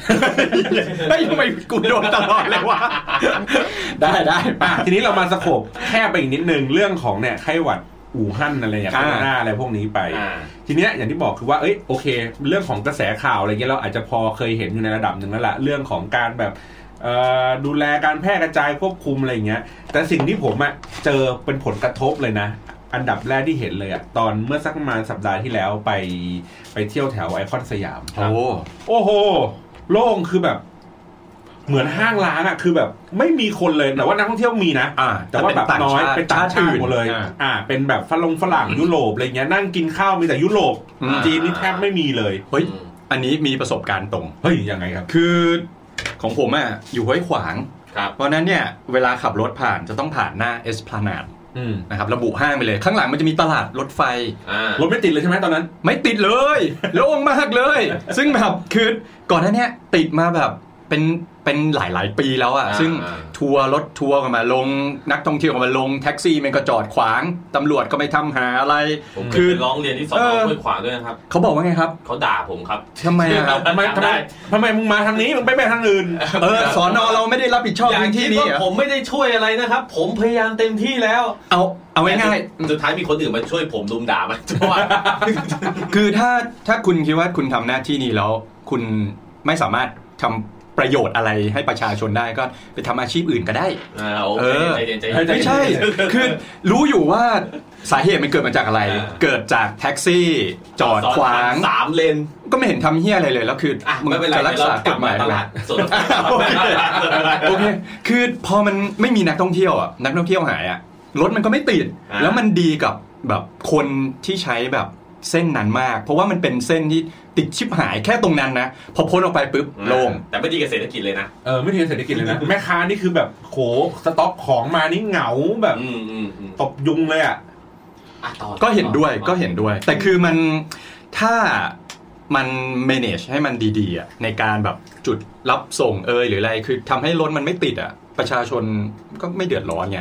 Speaker 2: เฮ้ยทำไมกูโดนตลอดเลยวะ ได้ได้
Speaker 4: อ่ะ
Speaker 2: ป่ะ
Speaker 4: ทีนี้เรามาสโคบแค่ไปอีกนิดนึงเรื่องของเนี่ยไข้หวัดอู่ฮั่นอะไรอย่างเงี้ยไข้
Speaker 2: อ่า
Speaker 4: หวัดหน้าอะไรพวกนี้ไป
Speaker 3: อ่า
Speaker 4: ทีเนี้ยอย่างที่บอกคือว่าเอ้ยโอเค เรื่องของกระแสข่าวอะไรเงี้ยเราอาจจะพอเคยเห็นอยู่ในระดับหนึ่งแล้วละเรื่องของการแบบเอ่อดูแลการแพร่กระจายควบคุมอะไรเงี้ย แต่สิ่งที่ผมอะเจอเป็นผลกระทบเลยนะ อันดับแรกที่เห็นเลยอะตอนเมื่อสักประมาณสัปดาห์ที่แล้วไปไปเที่ยวแถวไอคอนสยาม
Speaker 2: โอ้
Speaker 4: โอ้โห โล่งคือแบบ เหมือนห้างร้านอะคือแบบ ไม่มีคนเลยแต่ว่านักท่องเที่ยวมีนะ
Speaker 2: อ่า
Speaker 4: แต่ว่าแบบ
Speaker 2: ต่ง
Speaker 4: น้อย
Speaker 2: ชติ
Speaker 4: เป็นต่างชาติหมดเลย
Speaker 2: อ่า
Speaker 4: อ่า เป็นแบบฝรั่งฝรั่งยุโรปอะไรเงี้ยนั่งกินข้าวมีแต่ยุโรป
Speaker 2: อืม
Speaker 4: จีนนี่แทบไม่มีเลย
Speaker 2: เฮ้ยอันนี้มีประสบการณ์ตรง
Speaker 4: เฮ้ยยังไงครับ
Speaker 2: คือของผมอ่ะอยู่ห้วยขวาง
Speaker 3: ครับ
Speaker 2: เพราะฉะนั้นเนี่ยเวลาขับรถผ่านจะต้องผ่านหน้าเอสพลานาด
Speaker 4: อืม
Speaker 2: นะครับระบุห้างไปเลย ข้างหลังมันจะมีตลาดรถไฟ
Speaker 3: อ่าร
Speaker 4: ถไม่ติดเลยใช่ไหมตอนนั้น
Speaker 2: ไม่ติดเลย โล่งมากเลย ซึ่งแบบคือก่อนหน้าเนี้ติดมาแบบเป็น เป็นหลาย ๆ ปีแล้วอะ
Speaker 3: อ่า
Speaker 2: ซึ่ง
Speaker 3: อ่า
Speaker 2: ทัวร์รถทัวร์ก็มาลง นักท่องเที่ยวก็มาลงแท็กซี่มันก็จอดขวางตำรวจก็ไม่ทำหาอะไร
Speaker 3: ผมเค
Speaker 2: คื
Speaker 3: ย
Speaker 2: อ
Speaker 3: ไปร้องเรียนที่สอน
Speaker 2: เออ
Speaker 3: ห้วยขวางด้วยนะครับ
Speaker 2: เขาบอกว่าไงครับ
Speaker 3: เขาด่าผมครับ
Speaker 2: ทำไมอะครับ
Speaker 4: ทำไมทำไมทำไมมึงมาทางนี้มึงไปไปทางอื่น
Speaker 2: เอ
Speaker 3: <laughs>
Speaker 2: อสอนอเราไม่ได้รับผิดชอบ
Speaker 3: อย่า
Speaker 2: พื้น
Speaker 3: คิ
Speaker 2: ที่
Speaker 3: ด
Speaker 2: นี้
Speaker 3: ว่า
Speaker 2: เหรอ
Speaker 3: ผมไม่ได้ช่วยอะไรนะครับ ผมพยายามเต็มที่แล้ว
Speaker 2: เอาเอาง่าย
Speaker 3: แต่สุดท้ายมีคนอื่นมาช่วยผมลุมด่ามัน <laughs> ทุกวัน
Speaker 2: ๆคือถ้าถ้าคุณคิดว่าคุณทำหน้าที่นี้แล้ว คุณไม่สามารถทำประโยชน์อะไรให้ประชาชนได้ก็ไปทำอาชีพอื่นก็ได้
Speaker 3: อ่าโอเค
Speaker 2: เออ
Speaker 3: ใจเย็นใจ
Speaker 4: เฮ้
Speaker 3: เย็
Speaker 4: ยใจเย็น
Speaker 3: น
Speaker 2: ไม่ใช่ คือรู้อยู่ว่าสาเหตุมันเกิดมาจากอะไร
Speaker 3: อ่า
Speaker 2: เกิดจากแท็กซี่ จอดขวาง
Speaker 3: สามเลน
Speaker 2: ก็ไม่เห็นทำเฮี้ยอะไรเลย แล้วคือ
Speaker 3: อ่ะ
Speaker 2: มึง
Speaker 3: ไม่เป็นไร
Speaker 2: จะรักษา
Speaker 3: เดี๋
Speaker 2: กฎ
Speaker 3: ยว
Speaker 2: หมาย
Speaker 3: เต
Speaker 2: อะไร
Speaker 3: ลาดสด
Speaker 2: โอเคโอเค คือพอมันไม่มีนักท่องเที่ยวอ่ะ นักท่องเที่ยวหายอ่ะ รถมันก็ไม่ติด
Speaker 3: า
Speaker 2: แล้วมันดีกับแบบคนที่ใช้แบบเส้นนั้นมาก เพราะว่ามันเป็นเส้นที่ติดชิบหายแค่ตรงนั้นนะ พอพ้นออกไปปุ๊บโล่ง
Speaker 3: แต่ไม่ดีกับเศรษฐกิจเลยนะ
Speaker 4: เออไม่ดีกับเศรษฐกิจเลยนะ แม่ค้านี่คือแบบโขสต็อกของมานี่เหงาแบบ
Speaker 3: อืมอืมอืม
Speaker 4: ตบยุงเลยอ่ะ
Speaker 3: อ่ะต่อ
Speaker 2: ก็เห็นด้วยก็เห็นด้วย แต่คือมันถ้ามัน manage ให้มันดีๆอะในการแบบจุดรับส่งเอยหรืออะไรคือทำให้รถมันไม่ติดอ่ะ ประชาชนก็ไม่เดือดร้อนไง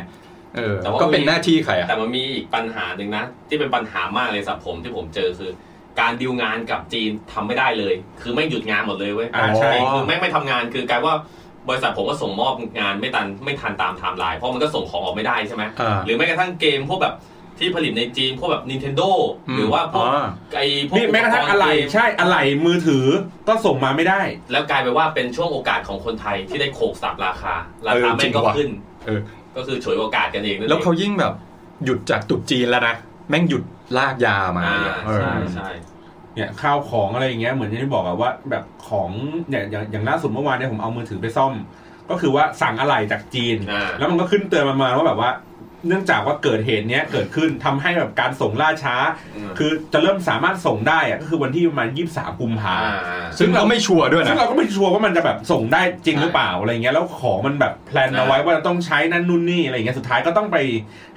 Speaker 2: เออ
Speaker 3: แต่ว่า
Speaker 2: ก็เป็นหน้าที่ใครอ่ะ
Speaker 3: แต่มันมีอีกปัญหาหนึ่งนะ ที่เป็นปัญหามากเลยสำหรับผมที่ผมเจอคือ การดีลงานกับจีนทำไม่ได้เลย คือไม่งหยุดงานหมดเลยเว้ย
Speaker 4: อ่าใช่
Speaker 3: คือไม่ไม่ทำงานคือกลายว่าบริษัทผมก็ส่งมอบงานไม่ทันไม่ทันตามไทม์ไลน์เพราะมันก็ส่งของออกไม่ได้ใช่ไหม
Speaker 2: อ่า
Speaker 3: หรือแม้กระทั่งเกมพวกแบบที่ผลิตในจีนพวกแบบ Nintendo หรือว่าพวกไอ้พวก
Speaker 4: นี่แม้กระทั่ง
Speaker 3: ปณ์
Speaker 4: อะไร
Speaker 3: เม
Speaker 4: ใช่อะไรมือถือก็ส่งมาไม่ได้
Speaker 3: แล้วกลายไปนว่าเป็นช่วงโอกาสของคนไทยที่ได้โขกสับราคา ราคาไม่งก็ขึ้น
Speaker 2: เออ
Speaker 3: ก็คือฉวยโอกาสกันเองนั่นอง
Speaker 2: แล้วเขายิ่งแบบหยุดจากตุดจีนแล้วนะ แม่งหยุดลากยามา
Speaker 3: อ่า
Speaker 2: เออ
Speaker 3: ใช่ใช่
Speaker 4: เนี่ยข้าวของอะไรอย่างเงี้ยเหมือนที่บอกอะว่าแบบของเนี่ยอย่างอย่างล่าสุดเมื่อวานเนี่ยผมเอามือถือไปซ่อม ก็คือว่าสั่งอะไหล่จากจีน
Speaker 3: อ่า
Speaker 4: แล้วมันก็ขึ้นเตือนมามาว่าแบบว่า เนื่องจากว่าเกิดเหตุเนี้ยเกิดขึ้นทำให้แบบการส่งล่าช้า คือจะเริ่มสามารถส่งได้อะก็คือวันที่ประมาณ23กุมภา
Speaker 3: อ่า
Speaker 2: ซึ่งเราไม่ชัวร์ด้วย
Speaker 4: ซึ่
Speaker 2: นะ
Speaker 4: งเราก็ไม่ชัวร์ว่ามันจะแบบส่งได้จริงหรือเปล่าอะไรเงี้ยแล้วของมันแบบแพลนเอาไว้ว่าจะต้องใช้นั่นนู่นนี่อะไรเงี้ยสุดท้ายก็ต้องไป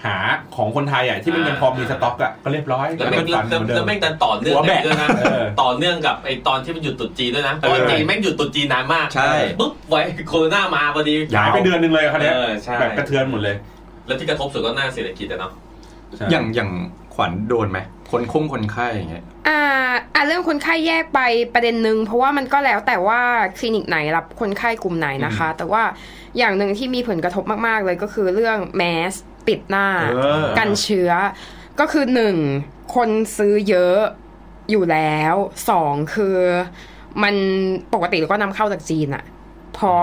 Speaker 4: หาของคนไทยอะที่มันยังพอมีสต็อกอะก็เรียบร้อย
Speaker 3: แล้วแม่ง
Speaker 4: ตันเหมือนเดิ
Speaker 3: แล้ว
Speaker 4: ม
Speaker 3: แม่งดันต่อเนื่อง
Speaker 4: หัวแบะ
Speaker 3: กันด้วยนะ
Speaker 4: เออ
Speaker 3: ต่อเนื่องกับไอตอนที่มันหยุดตรุษจีนด้วยนะเพราะว่าจีนแม่งหยุดตรุษจีนนานมาก
Speaker 2: ใช่
Speaker 3: ปุ๊บไว้โควิดมาพอดี
Speaker 4: หายไปเดือนหนึ่งเลยอะคัน
Speaker 3: เอ
Speaker 4: เนี้ย
Speaker 3: อใช่
Speaker 4: แบบกระเทือนหมดเลย
Speaker 3: แล้วที่กระทบสุดก็หน้าเศรษฐกิจอะเนาะ
Speaker 4: ใช่
Speaker 2: อย่างอย่างขวัญโดนไหมคนคงคนไข้อย่างเงี้ย
Speaker 5: อ่าอ่าเรื่องคนไข้แยกไปประเด็นหนึ่งเพราะว่ามันก็แล้วแต่ว่าคลินิกไหนรับคนไข้กลุ่มไหนนะคะ แต่ว่าอย่างหนึ่งที่มีผลกระทบมากๆเลยก็คือเรื่องแมสปิดหน้า
Speaker 2: เออ
Speaker 5: กันเชื้อ ก็คือหนึ่งคนซื้อเยอะอยู่แล้วสองคือมันปกติเราก็นำเข้าจากจีนอะพอ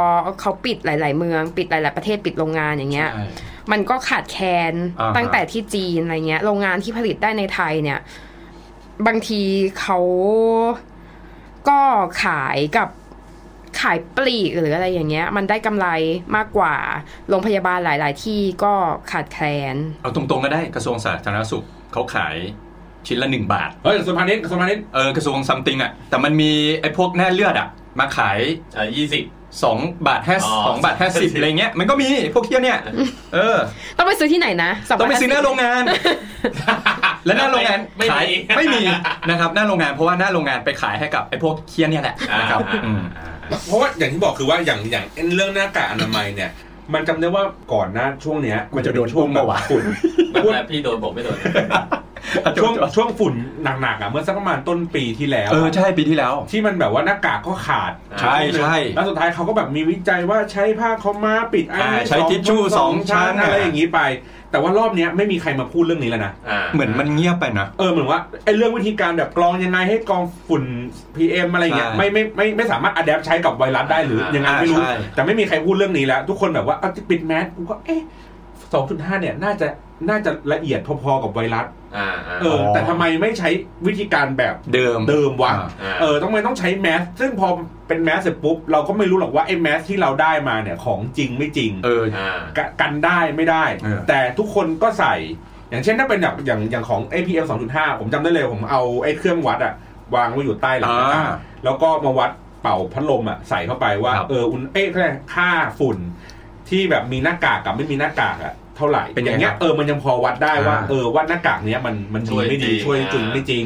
Speaker 5: เขาปิดหลาย ๆ เมือง ปิดหลาย ๆ ประเทศปิดโรงงานอย่างเงี้ย
Speaker 2: ใช่
Speaker 5: มันก็ขาดแคลน
Speaker 2: อ่าฮะ
Speaker 5: ตั้งแต่ที่จีนอะไรเงี้ย โรงงานที่ผลิตได้ในไทยเนี่ย บางทีเขาก็ขายกับขายปลีกหรืออะไรอย่างเงี้ย มันได้กำไรมากกว่า โรงพยาบาลหลาย ๆ ที่ก็ขาดแคลน
Speaker 2: เอาตรงๆก็ได้กระทรวงสาธารณสุขเขาขายชิ้นละหนึ่งบาท
Speaker 4: เฮ้ยสุพานิชสุพานิช
Speaker 2: เออกระทรวงซัมติงอ่ะ แต่มันมีไอ้พวกแน่เลือดอ่ะ มาขาย
Speaker 3: อ่ายี่สิบ
Speaker 2: สองบาทห้า
Speaker 3: อ๋อ
Speaker 2: สองบาทห้าสิบอะไรเงี้ย มันก็มีพวกเที่ยวเนี่ย เออ
Speaker 5: ต้องไปซื้อที่ไหนนะส
Speaker 2: ต้องไปซื้อหน้าโรงงาน และหน้าโรงงาน
Speaker 3: ไม่
Speaker 2: ขาย
Speaker 3: มี
Speaker 2: ไม่มีนะครับ หน้าโรงงานเพราะว่าหน้าโรงงานไปขายให้กับไอ้พวกเที่ยวเนี่ยแหละ
Speaker 3: อ่า
Speaker 2: นะครับ
Speaker 3: อ่า
Speaker 2: อืม
Speaker 3: อ่า
Speaker 4: เพราะว่าอย่างที่บอกคือว่าอย่างอย่างเรื่องหน้ากากอนามัยเนี่ย มันจำได้ว่าก่อนหน้าช่วงเนี้ย
Speaker 2: มันจะโดน
Speaker 4: ช่วงแบบ
Speaker 2: อุ้มปะวะ
Speaker 4: ฝุ่น
Speaker 2: <laughs>
Speaker 3: ไม่เป็นไรพี่โดนผมไม่โดน
Speaker 4: ช่วงช่วงฝุ่นหนักๆอ่ะเมื่อสักประมาณต้นปีที่แล้ว
Speaker 2: เออ
Speaker 4: อะ
Speaker 2: ใช่ปีที่แล้ว
Speaker 4: ที่มันแบบว่าหน้ากากก็ขาด
Speaker 2: ใช่ใช่
Speaker 4: แล้วสุดท้ายเขาก็แบบมีวิจัยว่าใช้ผ้าขาวม้าปิดอัน
Speaker 2: อ่า
Speaker 4: นี้
Speaker 2: ใช้ทิชชู่สองชั้น
Speaker 4: อะไรอย่างนี้ไป แต่ว่ารอบเนี้ยไม่มีใครมาพูดเรื่องนี้แล้วนะ
Speaker 3: อ่า
Speaker 2: เหมือนมันเงียบไปนะ
Speaker 4: เออเหมือนว่าไอ้เรื่องวิธีการแบบกรองยังไงให้กรองฝุ่น PM อะไรเงี้ย
Speaker 2: ใช่
Speaker 4: ไม่ไม่ไม่ไม่สามารถอัดแอปใช้กับไวรัสได้หรือยังไงไม่รู้
Speaker 2: ใช่
Speaker 4: แต่ไม่มีใครพูดเรื่องนี้แล้ว ทุกคนแบบว่าเอาปิดแมสกูก็เอ๊ะสองจุดห้าเนี่ยน่าจะน่าจะละเอียดพอๆกับไวรัส
Speaker 3: อ่าอ่า
Speaker 4: เออแต่ทำไมไม่ใช้วิธีการแบบ
Speaker 2: เดิม
Speaker 4: เดิมวะ
Speaker 2: อ่า
Speaker 3: า
Speaker 4: เออต้องไมต้องใช้แมสซึ่งพอเป็นแมสเสร็จปุ๊บเราก็ไม่รู้หรอกว่าไอ้แมสที่เราได้มาเนี่ยของจริงไม่จริง
Speaker 2: เออ
Speaker 3: อ่า
Speaker 4: กะกันได้ไม่ได้
Speaker 2: เออ
Speaker 4: แต่ทุกคนก็ใส่ อย่างเช่นถ้าเป็นแบบอย่างอย่างของ APM 2.5 ผมจำได้เลยผมเอาไอ้เครื่องวัดอะวางไว้อยู่ใต้หลัง
Speaker 2: อ่า
Speaker 4: หน้าต่างแล้วก็มาวัดเป่าพัดลมอะใส่เข้าไปว่า
Speaker 2: ครับ
Speaker 4: เอออุณเอ๊ะเขาเรียกค่าฝุ่น ที่แบบมีหน้ากากกับไม่มีหน้ากากอะเท่าไหร่
Speaker 2: เป็นไง
Speaker 4: อย่างเงี้ย
Speaker 2: ครับ
Speaker 4: เออมันยังพอวัดได้ว่า
Speaker 2: อ่า
Speaker 4: เออว่าหน้ากากเนี้ยมันมัน
Speaker 3: ช่
Speaker 4: ดี
Speaker 3: วย
Speaker 4: ไม่ดี
Speaker 3: ดี
Speaker 4: ช่วยจริง
Speaker 3: อ่า
Speaker 4: ไม่จริง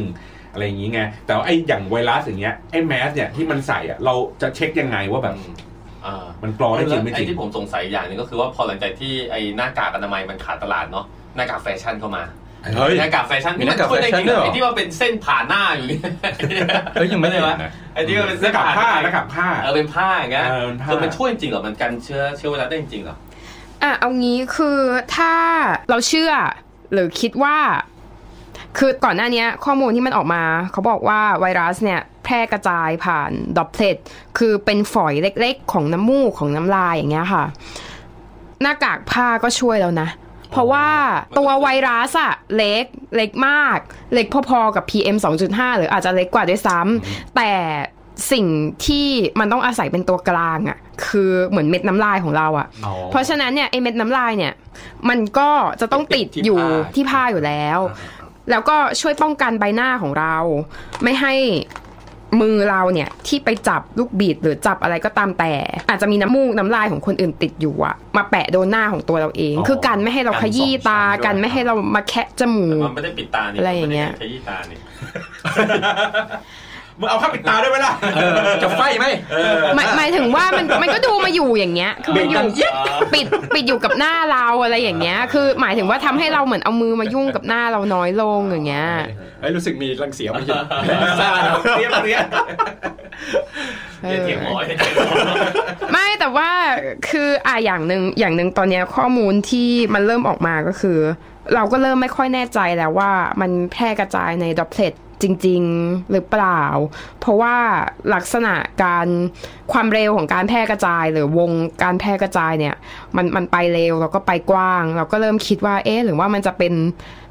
Speaker 4: อะไรอย่างงี้ไงแต่ว่าไอ้อย่างไวรัสอย่างเงี้ยไอ้แมสเนี่ยที่มันใส่อะเราจะเช็คยังไงว่าแบบ
Speaker 3: เอ อ่า
Speaker 4: มันกรอได้จริงไม่จริง
Speaker 3: อ้ที่ผมสงสัยอย่างหนึงก็คือว่าพอหลังจากที่ไอ้หน้ากากอนามัยมันขาดตลาดเนาะหน้ากากแฟชั่นเข้ามา
Speaker 2: เฮ้ย
Speaker 3: หน้ากากแฟชั่น
Speaker 2: มีหน้ากากแฟชั่นด้วยเหรอ
Speaker 3: ไอ้ที่ว่าเป็นเส้นผ่านหน้าอยู่นี่
Speaker 2: เอ้ยยังไม่ได้
Speaker 3: ไม่
Speaker 2: วะ
Speaker 3: ได้วะ ไอ้ที่ว่าเป็น
Speaker 4: ห
Speaker 3: เส้
Speaker 4: น้านกากผ้า
Speaker 3: ผ่
Speaker 4: หน้ากากผ้า
Speaker 3: เออเป็นผ้าอย่างเงี้ย
Speaker 4: เออเป็นผ้า
Speaker 3: คือมันช่วยจริงเหรอมันกันเชื้อเชื้อไวรัสได้จริงเหรอ
Speaker 5: อ่ะเอางี้คือถ้าเราเชื่อหรือคิดว่า คือก่อนหน้าเนี้ยข้อมูลที่มันออกมา เขาบอกว่าไวรัสเนี่ยแพร่กระจายผ่านดอปเลตคือเป็นฝอยเล็กๆ ของน้ำมูกของน้ำลายอย่างเงี้ยค่ะ หน้ากากผ้าก็ช่วยแล้วนะ เพราะว่าตัวไวรัสอะเล็กเล็กมาก เล็กพอๆกับ PM 2.5 หรืออาจจะเล็กกว่าด้วยซ้ำแต่สิ่งที่มันต้องอาศัยเป็นตัวกลางอะคือเหมือนเม็ดน้ำลายของเราอะ
Speaker 2: อ๋อ
Speaker 5: เพราะฉะนั้นเนี่ยไอเม็ดน้ำลายเนี่ย มันก็จะต้องติด
Speaker 2: ติดที่
Speaker 5: อยู่
Speaker 2: ผ้า
Speaker 5: ที่ผ้าอยู่แล้ว แล้วก็ช่วยป้องกันใบหน้าของเรา ไม่ให้มือเราเนี่ยที่ไปจับลูกบิดหรือจับอะไรก็ตามแต่ อาจจะมีน้ำมูกน้ำลายของคนอื่นติดอยู่อะมาแปะโดนหน้าของตัวเราเอง
Speaker 2: อ๋อ
Speaker 5: คือกันไม่ให้เราขยี้ตา
Speaker 2: กันสองชั้นด้วย
Speaker 5: กันไม่ให้เรามาแคะจมู
Speaker 3: แต่
Speaker 5: ก
Speaker 3: มันไม่ได้ปิดตานี่
Speaker 5: อะไรอย่างเงี้ย
Speaker 3: มันไม่ได้ใช้ยี่ตานี่
Speaker 4: มึงเอาผ้าปิดตาด้วยไหมล่ะ
Speaker 2: เออจะไฟไหม
Speaker 5: หมายหมายถึงว่ามันมันก็ดูมาอยู่อย่างเงี้ยคือมันอยู่ ปิดปิดอยู่กับหน้าเราอะไรอย่างเงี้ย คือหมายถึงว่าทำให้เราเหมือนเอามือมายุ่งกับหน้าเราน้อยลงอย่างเงี้ย
Speaker 2: เอ้ยรู้สึกมีรังเสียงไม่ใช่
Speaker 4: ซ่าเนอะเรียบเรียบ
Speaker 3: อย่าเถียงหมออย่าเถียงหมอ
Speaker 5: ไม่แต่ว่าคืออ่ะอย่างหนึ่งอย่างหนึ่งตอนเนี้ยข้อมูลที่มันเริ่มออกมาก็คือ เราก็เริ่มไม่ค่อยแน่ใจแล้วว่ามันแพร่กระจายในดอปเลตจริง ๆ หรือเปล่า เพราะว่าลักษณะการความเร็วของการแพร่กระจาย หรือวงการแพร่กระจายเนี่ย มันมันไปเร็วแล้วก็ไปกว้าง เราก็เริ่มคิดว่าเอ๊ะหรือว่ามันจะเป็น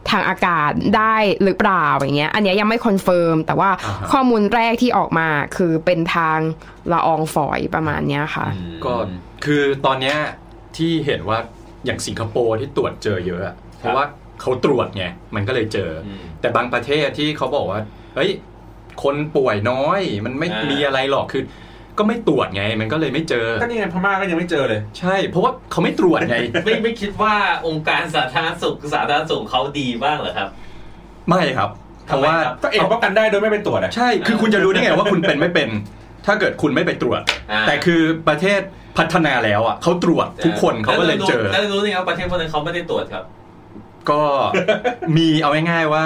Speaker 5: ทางอากาศได้หรือเปล่าอย่างเงี้ย อันเนี้ยยังไม่คอนเฟิร์มแต่ว่าข้อมูลแรกที่ออกมาคือเป็นทางละอองฝอยประมาณเนี้ยค่ะ
Speaker 2: ก็คือตอนเนี้ยที่เห็นว่าอย่างสิงคโปร์ที่ตรวจเจอเยอะอะเพราะว่าเขาตรวจไงมันก็เลยเจออแต่บางประเทศที่เขาบอกว่าเฮ้ยคนป่วยน้อย มันไม่มีอะไรหรอกคือ ก็ไม่ตรวจไง มันก็เลยไม่เจอ
Speaker 4: ก็นี่ไงพม่าก็ยังไม่เจอเลย
Speaker 2: ใช่ เพราะว่าเขาไม่ตรวจไง
Speaker 3: ไม่ไม่คิดว่าองค์การสาธารณสุขสาธารณสุขเขาดีบ้างเหรอครับ
Speaker 2: ไม่ครับเพราะว่า
Speaker 3: ทำไมครับ
Speaker 4: ก็เองป้องกันได้โดยไม่เป็นตรวจอ่ะ
Speaker 2: ใช่คือคุณจะรู้ได้ไงว่าคุณเป็นไม่เป็น ถ้าเกิดคุณไม่ไปตรวจ
Speaker 3: อ่า
Speaker 2: แต่คือประเทศพัฒนาแล้วอ่ะเขาตรวจทุกคนเขาก็เลยเจอ
Speaker 3: แล้วรู้นี่ครับประเทศพวกนั้นเขาไม่ได้ตรวจครับ
Speaker 2: ก็ <laughs> มีเอาง่ายๆว่า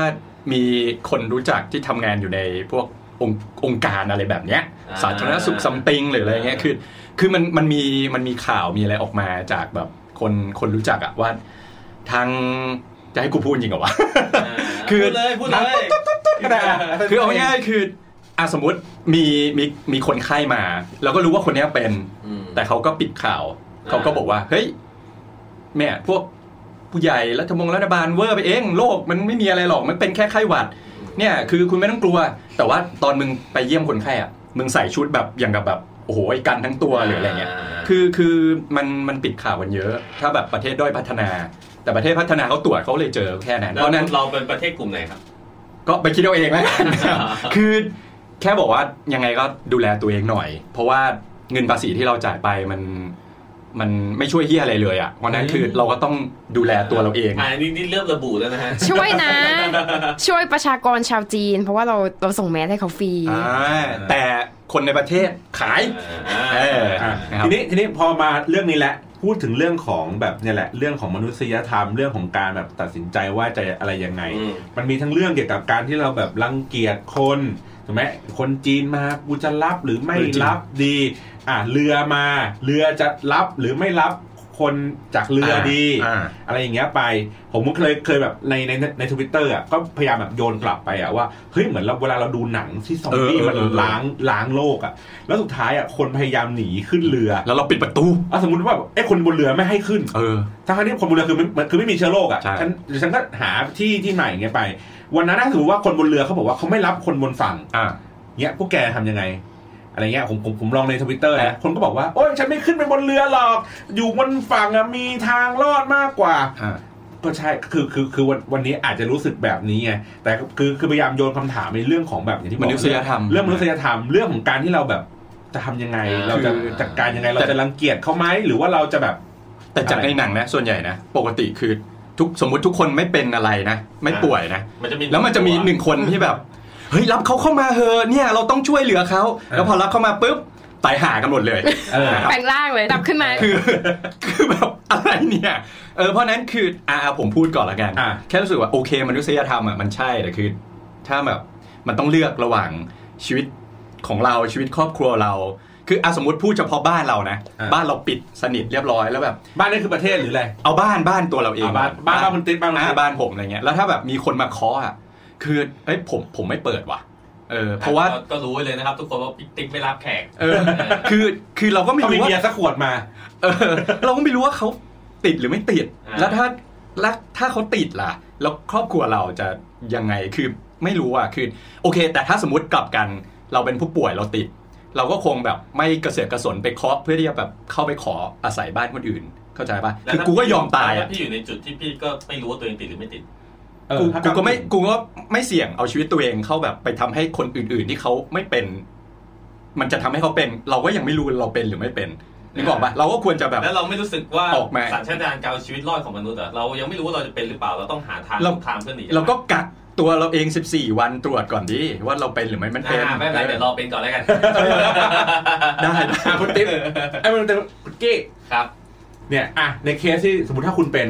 Speaker 2: มีคนรู้จักที่ทำงานอยู่ในพวกองค์องค์การอะไรแบบเนี้ย
Speaker 3: อ่า
Speaker 2: สาธารณสุขซัมติงหรืออะไรเงี้ยคือ คือมันมันมีมันมีข่าวมีอะไรออกมาจากแบบคนคนรู้จักอะว่า ทางจะให้กูพูดจริงเหรอวะ <laughs>
Speaker 3: า
Speaker 2: คือ
Speaker 3: พูดเลยพูดเลย
Speaker 4: ก็ได้อะ
Speaker 2: คือเอาง่ายๆคืออ่ะสมมติมีมีมีคนไข้มา แล้วก็รู้ว่าคนเนี้ยเป็น
Speaker 3: อืม
Speaker 2: แต่เขาก็ปิดข่าว เขาก็บอกว่า เฮ้ยแม่พวกผู้ใหญ่รัฐมงรัฐบาลเวอร์ไปเองโรคมันไม่มีอะไรหรอกมันเป็นแค่ไข้หวัด เนี่ยคือคุณไม่ต้องกลัว แต่ว่าตอนมึงไปเยี่ยมคนไข้อะมึงใส่ชุดแบบอย่างกับแบบโอ้โหกันทั้งตัวหรืออะไรเงี้ย คือคือมันมันปิดข่าวกันเยอะ ถ้าแบบประเทศด้อยพัฒนา แต่ประเทศพัฒนาเขาตรวจเขาเลยเจอแค่นั้น
Speaker 3: เพ
Speaker 2: เพ
Speaker 3: ราะ
Speaker 2: ราะฉะ
Speaker 3: นั้
Speaker 2: นั้น น
Speaker 3: เราเป็นประเทศกลุ่มไหนครับ
Speaker 2: ก็ไปคิดเอาเองแล้วกันนะครับ คือแค่บอกว่ายังไงก็ดูแลตัวเองหน่อย เพราะว่าเงินภาษีที่เราจ่ายไปมันมันไม่ช่วยเฮียอะไรเลยอ่ะเพราะฉะนั้นคือเราก็ต้องดูแลตัวเราเอง
Speaker 3: อ่านี่นี่เริ่มระบุแล้วนะฮะ
Speaker 5: ช่วยนะ ช่วยประชากรชาวจีน เพราะว่าเราเราส่งแมสให้เขาฟรี
Speaker 2: อ่า แต่คนในประเทศขาย เออ
Speaker 4: อ่ะ
Speaker 2: นะครับ
Speaker 4: ทีนี้ทีนี้พอมาเรื่องนี้แหละ พูดถึงเรื่องของแบบเนี่ยแหละ เรื่องของมนุษยธรรมเรื่องของการแบบตัดสินใจว่าจะอะไรยังไง
Speaker 3: อืม
Speaker 4: มันมีทั้งเรื่องเกี่ยวกับการที่เราแบบรังเกียจคนถูกไหมคนจีนมากูจะรับหรือไม่รับดี อ่ะเรือมา เรือจะรับหรือไม่รับคนจากเรือดี
Speaker 2: อ่า
Speaker 4: อะไรอย่างเงี้ยไป ผมก็เคยเคยแบบในในในทวิตเตอร์อ่ะก็พยายามแบบโยนกลับไปอ่ะว่าเฮ้ยเหมือนเราเวลาเราดูหนังที่ซอมบี้
Speaker 2: เออเออ
Speaker 4: มัน
Speaker 2: เออ
Speaker 4: ล้างล้างโลกอ่ะแล้วสุดท้ายอ่ะคนพยายามหนีขึ้นเรือ
Speaker 2: แล้วเราปิดประตู
Speaker 4: อ่ะสมมติว่าแบบเอ้ยคนบนเรือไม่ให้ขึ้น
Speaker 2: เออ
Speaker 4: ทั้งๆที่คนบนเรือคือมันมันคือไม่มีเชื้อโรคอ่ะ
Speaker 2: ใช่
Speaker 4: ฉันฉันก็หาที่ที่ใหม่อย่างเงี้ยไป วันนั้นถ้าถือว่าคนบนเรือเขาบอกว่าเขาไม่รับคนบนฝั่ง
Speaker 2: อ่า
Speaker 4: เงี้ยพวกแกทำยังไงอะไรเงี้ยผมผมผมลองในทวิตเตอร์นะคนก็บอกว่าโอ้ยฉันไม่ขึ้นไปบนเรือหรอก อยู่บนฝั่งอ่ะมีทางรอดมากกว่า
Speaker 2: อ่า
Speaker 4: ก็ใช่ คือ คือ คือวัน วันนี้อาจจะรู้สึกแบบนี้ไง แต่คือคือ คือพยายามโยนคำถามในเรื่องของแบบอย่างที่บอก
Speaker 2: มนุษยธรรม
Speaker 4: เรื่องมนุษยธรรม เรื่องของการที่เราแบบ จะทำยังไง
Speaker 3: อ่า
Speaker 4: เราจะ
Speaker 2: คือ
Speaker 4: จัดการยังไง เรา
Speaker 2: แต่
Speaker 4: จะรังเกียจเขาไหม หรือว่าเราจะแบบ
Speaker 2: แต่จากในหนังนะ ส่วนใหญ่นะ ปกติคือทุกสมมุติทุกคนไม่เป็นอะไรนะ ไม่ป่วยนะ
Speaker 3: มันจะมี
Speaker 2: แล้วมันจะมีหนึ่งคนที่แบบ เฮ้ยรับเขาเข้ามาเฮอะเนี่ยเราต้องช่วยเหลือเขา แล้วพอรับเข้ามาปุ๊บ ตายหากันหมดเลย
Speaker 4: เออ
Speaker 5: แปลงร่างเลยดับขึ้นมา
Speaker 2: คือคือแบบอะไรเนี่ยเออเพราะนั้นคืออ่าผมพูดก่อนละกัน
Speaker 4: อ่ะ
Speaker 2: แค่รู้สึกว่าโอเคมนุษยธรรมอ่ะมันใช่แต่คือ ถ้าแบบมันต้องเลือกระหว่างชีวิตของเราชีวิตครอบครัวเรา คืออ่ะสมมติพูดเฉพาะบ้านเรานะ
Speaker 4: อ่ะ
Speaker 2: บ้านเราปิดสนิทเรียบร้อยแล้วแบบ
Speaker 4: บ้านนี่คือประเทศหรืออะไร
Speaker 2: เอาบ้านบ้านตัวเราเอง
Speaker 4: อ่ะบ้านบ้านบ้านคุณติ๊ดบ้านคุณติ๊ด
Speaker 2: อ่ะบ้านผมอะไรเงี้ยแล้วถ้าแบบมีคนมาเคาะอ่ะคือเอ้ยผมผมไม่เปิดว่ะเออเพราะว่า
Speaker 3: ก็รู้ไว้เลยนะครับ ทุกคนว่าปิ๊กติ๊กไม่รับแขก
Speaker 2: เออคือคือเราก็ไม่
Speaker 4: ต้องมี
Speaker 2: รู้ว่า
Speaker 4: เบียร์สักขวดมา
Speaker 2: เออเราก็ไม่รู้ว่าเขาติดหรือไม่ติด
Speaker 3: อ่า
Speaker 2: แล้วถ้าแล้วถ้าเขาติดล่ะ แล้วครอบครัวเราจะยังไงคือไม่รู้อ่ะคือ โอเค แต่ถ้าสมมติกลับกัน เราเป็นผู้ป่วยเราติด เราก็คงแบบไม่กระเสือกกระสนไปเคาะเพื่อที่จะแบบเข้าไปขออาศัยบ้านคนอื่น เข้าใจปะคือกูก็ยอมตาย
Speaker 3: แล้
Speaker 2: อ่ะ
Speaker 3: วพี่อยู่ในจุดที่พี่ก็ไม่รู้ว่าตัวเองติดหรือไม่ติด
Speaker 4: เออ
Speaker 2: กู
Speaker 4: ถ้า
Speaker 2: กูก็ไม่กูก็ไม่เสี่ยงเอาชีวิตตัวเองเข้าแบบไปทำให้คนอื่น ๆ ที่เขาไม่เป็น มันจะทำให้เขาเป็น เราก็ยังไม่รู้เราเป็นหรือไม่เป็นนึกออกปะเราก็ควรจะแบบ
Speaker 3: แล้วเราไม่รู้สึกว่า
Speaker 2: ออกมา
Speaker 3: สัญชาตญาณการเอาชีวิตรอดของมนุษย์อะเรายังไม่รู้ว่าเราจะเป็นหรือเปล่าเราต้องหาทางทางเพื่อหนี
Speaker 2: เราก็กักตัวเราเอง 14 วันตรวจก่อนดิว่าเราเป็นหรือไม่มัน
Speaker 3: อ่า
Speaker 2: เป็น
Speaker 3: ไม่เป็นไรเดี๋ยวรอเป็นก่อนแล้วกัน
Speaker 2: ได้
Speaker 4: อ่ะคุณติ๊บไอ้มันจะคุณเก้
Speaker 3: ครับ
Speaker 4: เนี่ยอ่ะในเคสที่สมมติถ้าคุณเป็น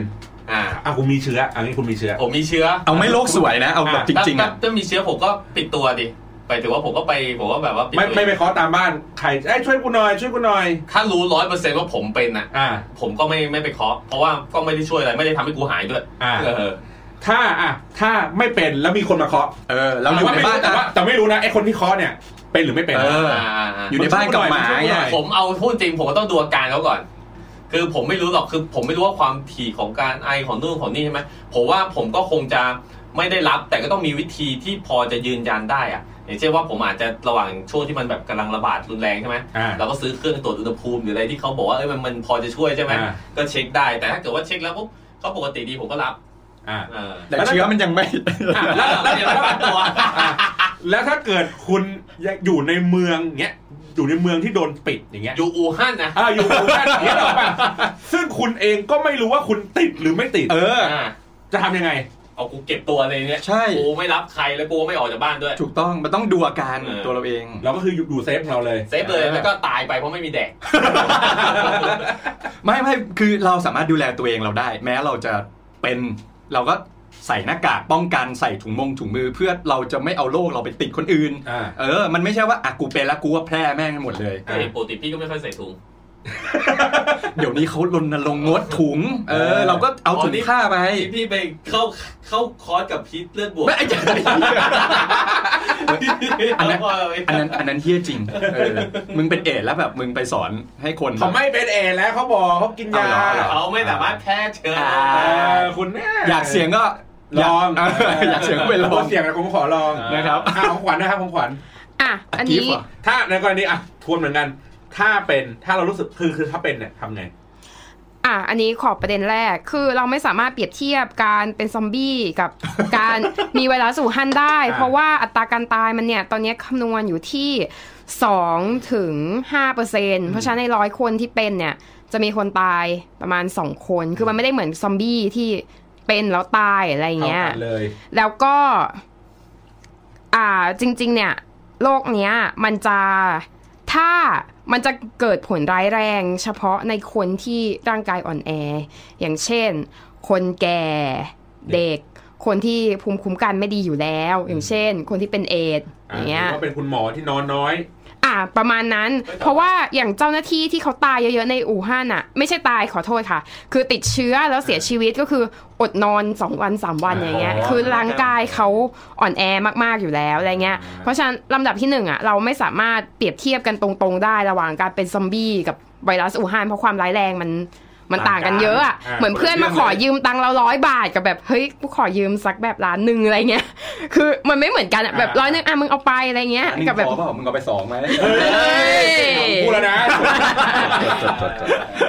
Speaker 3: อ่า
Speaker 4: อ่ะคุณมีเชื้ออันนี้คุณมีเชื้อ
Speaker 3: ผมมีเชื้อ
Speaker 2: เอาไม่โลกสวยนะ เอาแบบจริง ๆ อ่ะ
Speaker 3: ถ้ามีเชื้อผมก็ปิดตัวดิไปถือว่าผมก็ไปผมก็แบบว่าปิด
Speaker 4: ไม่
Speaker 3: ตัว
Speaker 4: ไม่ไปเคาะตามบ้านใครไอ้ยช่วยกูหน่อยช่วยกูหน่อย
Speaker 3: ถ้ารู้ร้อยเปอร์เซ็นต์ว่าผมเป็นน่ะ
Speaker 4: อ่า
Speaker 3: ผมก็ไม่ไม่ไปเคาะเพราะว่าก็ไม่ได้ช่วยอะไรไม่ได้ทำให้กูหายด้วย
Speaker 4: อ่า
Speaker 3: เออ
Speaker 4: ถ้าอ่ะถ้าไม่เป็นแล้วมีคนมาเคาะ
Speaker 2: เออ เราอยู่ในบ้าน
Speaker 4: แต่ว่า
Speaker 2: อ่ะ
Speaker 4: แต่ไม่รู้นะไอ้คนที่เคาะเนี่ย เป็นหรือไม่เป็น
Speaker 2: เออ อยู่ในบ้านกับหมา
Speaker 4: มันช่วยหน่อ
Speaker 2: ไง
Speaker 4: ย
Speaker 3: ผมเอาพูดจริงผมก็ต้องดูอาการเขาก่อน คือผมไม่รู้หรอกคือผมไม่รู้ว่าความถี่ของการไอของนู่นของนี่ใช่ไหมผมว่าผมก็คงจะไม่ได้รับ แต่ก็ต้องมีวิธีที่พอจะยืนยันได้อะอย่างเช่นว่าผมอาจจะระหว่างช่วงที่มันแบบกำลังระบาดรุนแรงใช่ไหม
Speaker 4: อ่า
Speaker 3: เราก็ซื้อเครื่องตรวจอุณหภูมิหรืออะไรที่เขาบอกว่าเอ้ยมันมันพอจะช่วยใช่ไหม
Speaker 4: อ่า
Speaker 3: ก็เช็คได้แต่ถ้าเกิดว่าเช็คแล้วปุ๊บก็ปกติดีผมก็รับ
Speaker 4: อ่า
Speaker 3: เออ
Speaker 2: แต่เชื้อมันยังไม่
Speaker 4: อ่ะแล้วแล้ว
Speaker 3: เดี๋ยวรับตัว
Speaker 4: อ่ะแล้วถ้าเกิดคุณอยู่ในเมืองเนี้ยอยู่ในเมืองที่โดนปิดอย่างเงี้ย
Speaker 3: อยู่อู่ฮั่นนะ
Speaker 4: อ่าอยู่ตรงนั้นอย่างเงี้ยหรอป่ะซึ่งคุณเองก็ไม่รู้ว่าคุณติดหรือไม่ติด
Speaker 2: เออ
Speaker 3: า
Speaker 4: จะทำยังไง
Speaker 3: เอากูเก็บตัวเลยเนี่ย
Speaker 2: ใช่
Speaker 3: กูไม่รับใครแล้วกูไม่ออกจากบ้านด้วย
Speaker 2: ถูกต้อง มันต้องดูอาการ
Speaker 3: เออ
Speaker 2: ตัวเราเอง
Speaker 4: เราก็คืออยู่อยู่เซฟของเราเลย
Speaker 3: เซฟเลย
Speaker 2: เออ
Speaker 3: แล้วก็ตายไปเพราะไม่มีแดก
Speaker 2: ไม่ไม่คือเราสามารถดูแลตัวเองเราได้ แม้เราจะเป็นเราก็ใส่หน้ากากป้องกันใส่ถุงมงถุงมือ เพื่อเราจะไม่เอาโรคเราไปติดคนอื่น
Speaker 4: อ่า
Speaker 2: เออ มันไม่ใช่ว่าอ่ะกูเป็นแล้วกูว่าแพร่แม่งกันหมดเลย
Speaker 3: แต่ปกติพี่ก็ไม่ค่อยใส่ถุง
Speaker 2: เดี๋ยวนี้เขารณรงค์งดถุง เออ เราก็เอาถุงผ้าไป
Speaker 3: พี่พี่ไปเข้าเข้าคอร์สกับพีทเลือดบวก
Speaker 2: ไม่ไอ้จ๋าอันนั้น
Speaker 3: เอาพอเลย
Speaker 2: <laughs> อันนั้นอันนั้นเฮี้ยจริง เออ มึงเป็นเอดแล้วแบบ มึงไปสอนให้คน
Speaker 4: เขาไม่เป็นเอดแล้วเขาบอกเขากินยา
Speaker 2: เอาเหรอ
Speaker 3: เขาไม่สามารถแพร่เชื้อ
Speaker 2: อ่า
Speaker 4: เออคุณแม่
Speaker 2: อยากเสียงก็
Speaker 4: ลอง
Speaker 2: เอยากเสียงก็ไปลอ
Speaker 4: ผ
Speaker 2: ง
Speaker 4: มเสียงนะผมขอลอง
Speaker 2: นะครับ
Speaker 4: อ่ะของขวัญนะครับของขวัญ
Speaker 5: อ่ะ อันนี้
Speaker 2: gift เหรอ
Speaker 4: ถ้าในกรณีอ่ะทวนเหมือนกัน ถ้าเป็นถ้าเรารู้สึกคือคือถ้าเป็นเนี่ยทำไง
Speaker 5: อ่ะ อันนี้ขอประเด็นแรก คือเราไม่สามารถเปรียบเทียบการเป็นซอมบี้กับ
Speaker 4: <laughs>
Speaker 5: การ มีไวรัสสู่ฮันได้
Speaker 4: อ่า
Speaker 5: เพราะว่าอัตราการตายมันเนี่ย ตอนนี้คำนวณอยู่ที่2ถึง5เปอร์เซ็นเพราะฉะนั้นในร้อยคนที่เป็นเนี่ย จะมีคนตายประมาณ 2 คน คือมันไม่ได้เหมือนซอมบี้ที่เป็นแล้วตายอะไรอย่างเงี้ย
Speaker 4: ท่ากันเลย
Speaker 5: แล้วก็ อ่าจริง ๆ เนี่ยโรคเนี้ย มันจะถ้ามันจะเกิดผลร้ายแรง เฉพาะในคนที่ร่างกายอ่อนแอ อย่างเช่น คนแก่เด็ก คนที่ภูมิคุ้มกันไม่ดีอยู่แล้ว อย่างเช่น คนที่เป็นเอดส์
Speaker 4: อ่ะ
Speaker 5: อย่างเงี้ย
Speaker 4: หรือว่าเป็นคุณหมอที่นอนน้อย
Speaker 5: อ่าประมาณนั้น เพราะว่าอย่างเจ้าหน้าที่ที่เขาตายเยอะๆในอู่ฮั่นอ่ะ ไม่ใช่ตายขอโทษค่ะ คือติดเชื้อแล้วเสียชีวิตก็คืออดนอน 2 วัน 3 วัน
Speaker 4: อ๋อ
Speaker 5: อ
Speaker 4: อ
Speaker 5: ย่างเงี้ยคือร่างกายเขาอ่อนแอมากๆอยู่แล้วอะไรเงี้ยเพราะฉะนั้นลำดับที่หนึ่งอ่ะเราไม่สามารถเปรียบเทียบกันตรงๆได้ระหว่างการเป็นซอมบี้กับไวรัสอู่ฮั่นเพราะความร้ายแรงมันมันต่างกันเยอะอ่ะ
Speaker 4: อ่า
Speaker 5: เหมือนเพื่อนมาขอยืมตังค์เราร้อยบาทกับแบบเฮ้ยกูขอยืมสักแบบล้านหนึ่งอะไรเงี้ย คือมันไม่เหมือนกันอ่ะแบบร้อยหนึงอ่ะมึงเอาไปอะไรเงี้ย
Speaker 2: อันนี้
Speaker 5: กับแบบ
Speaker 2: ขอเปล่ามึงเอาไปสองไหม
Speaker 4: เฮ้ยผ
Speaker 5: เฮ้ย
Speaker 4: มพูดแล้วนะ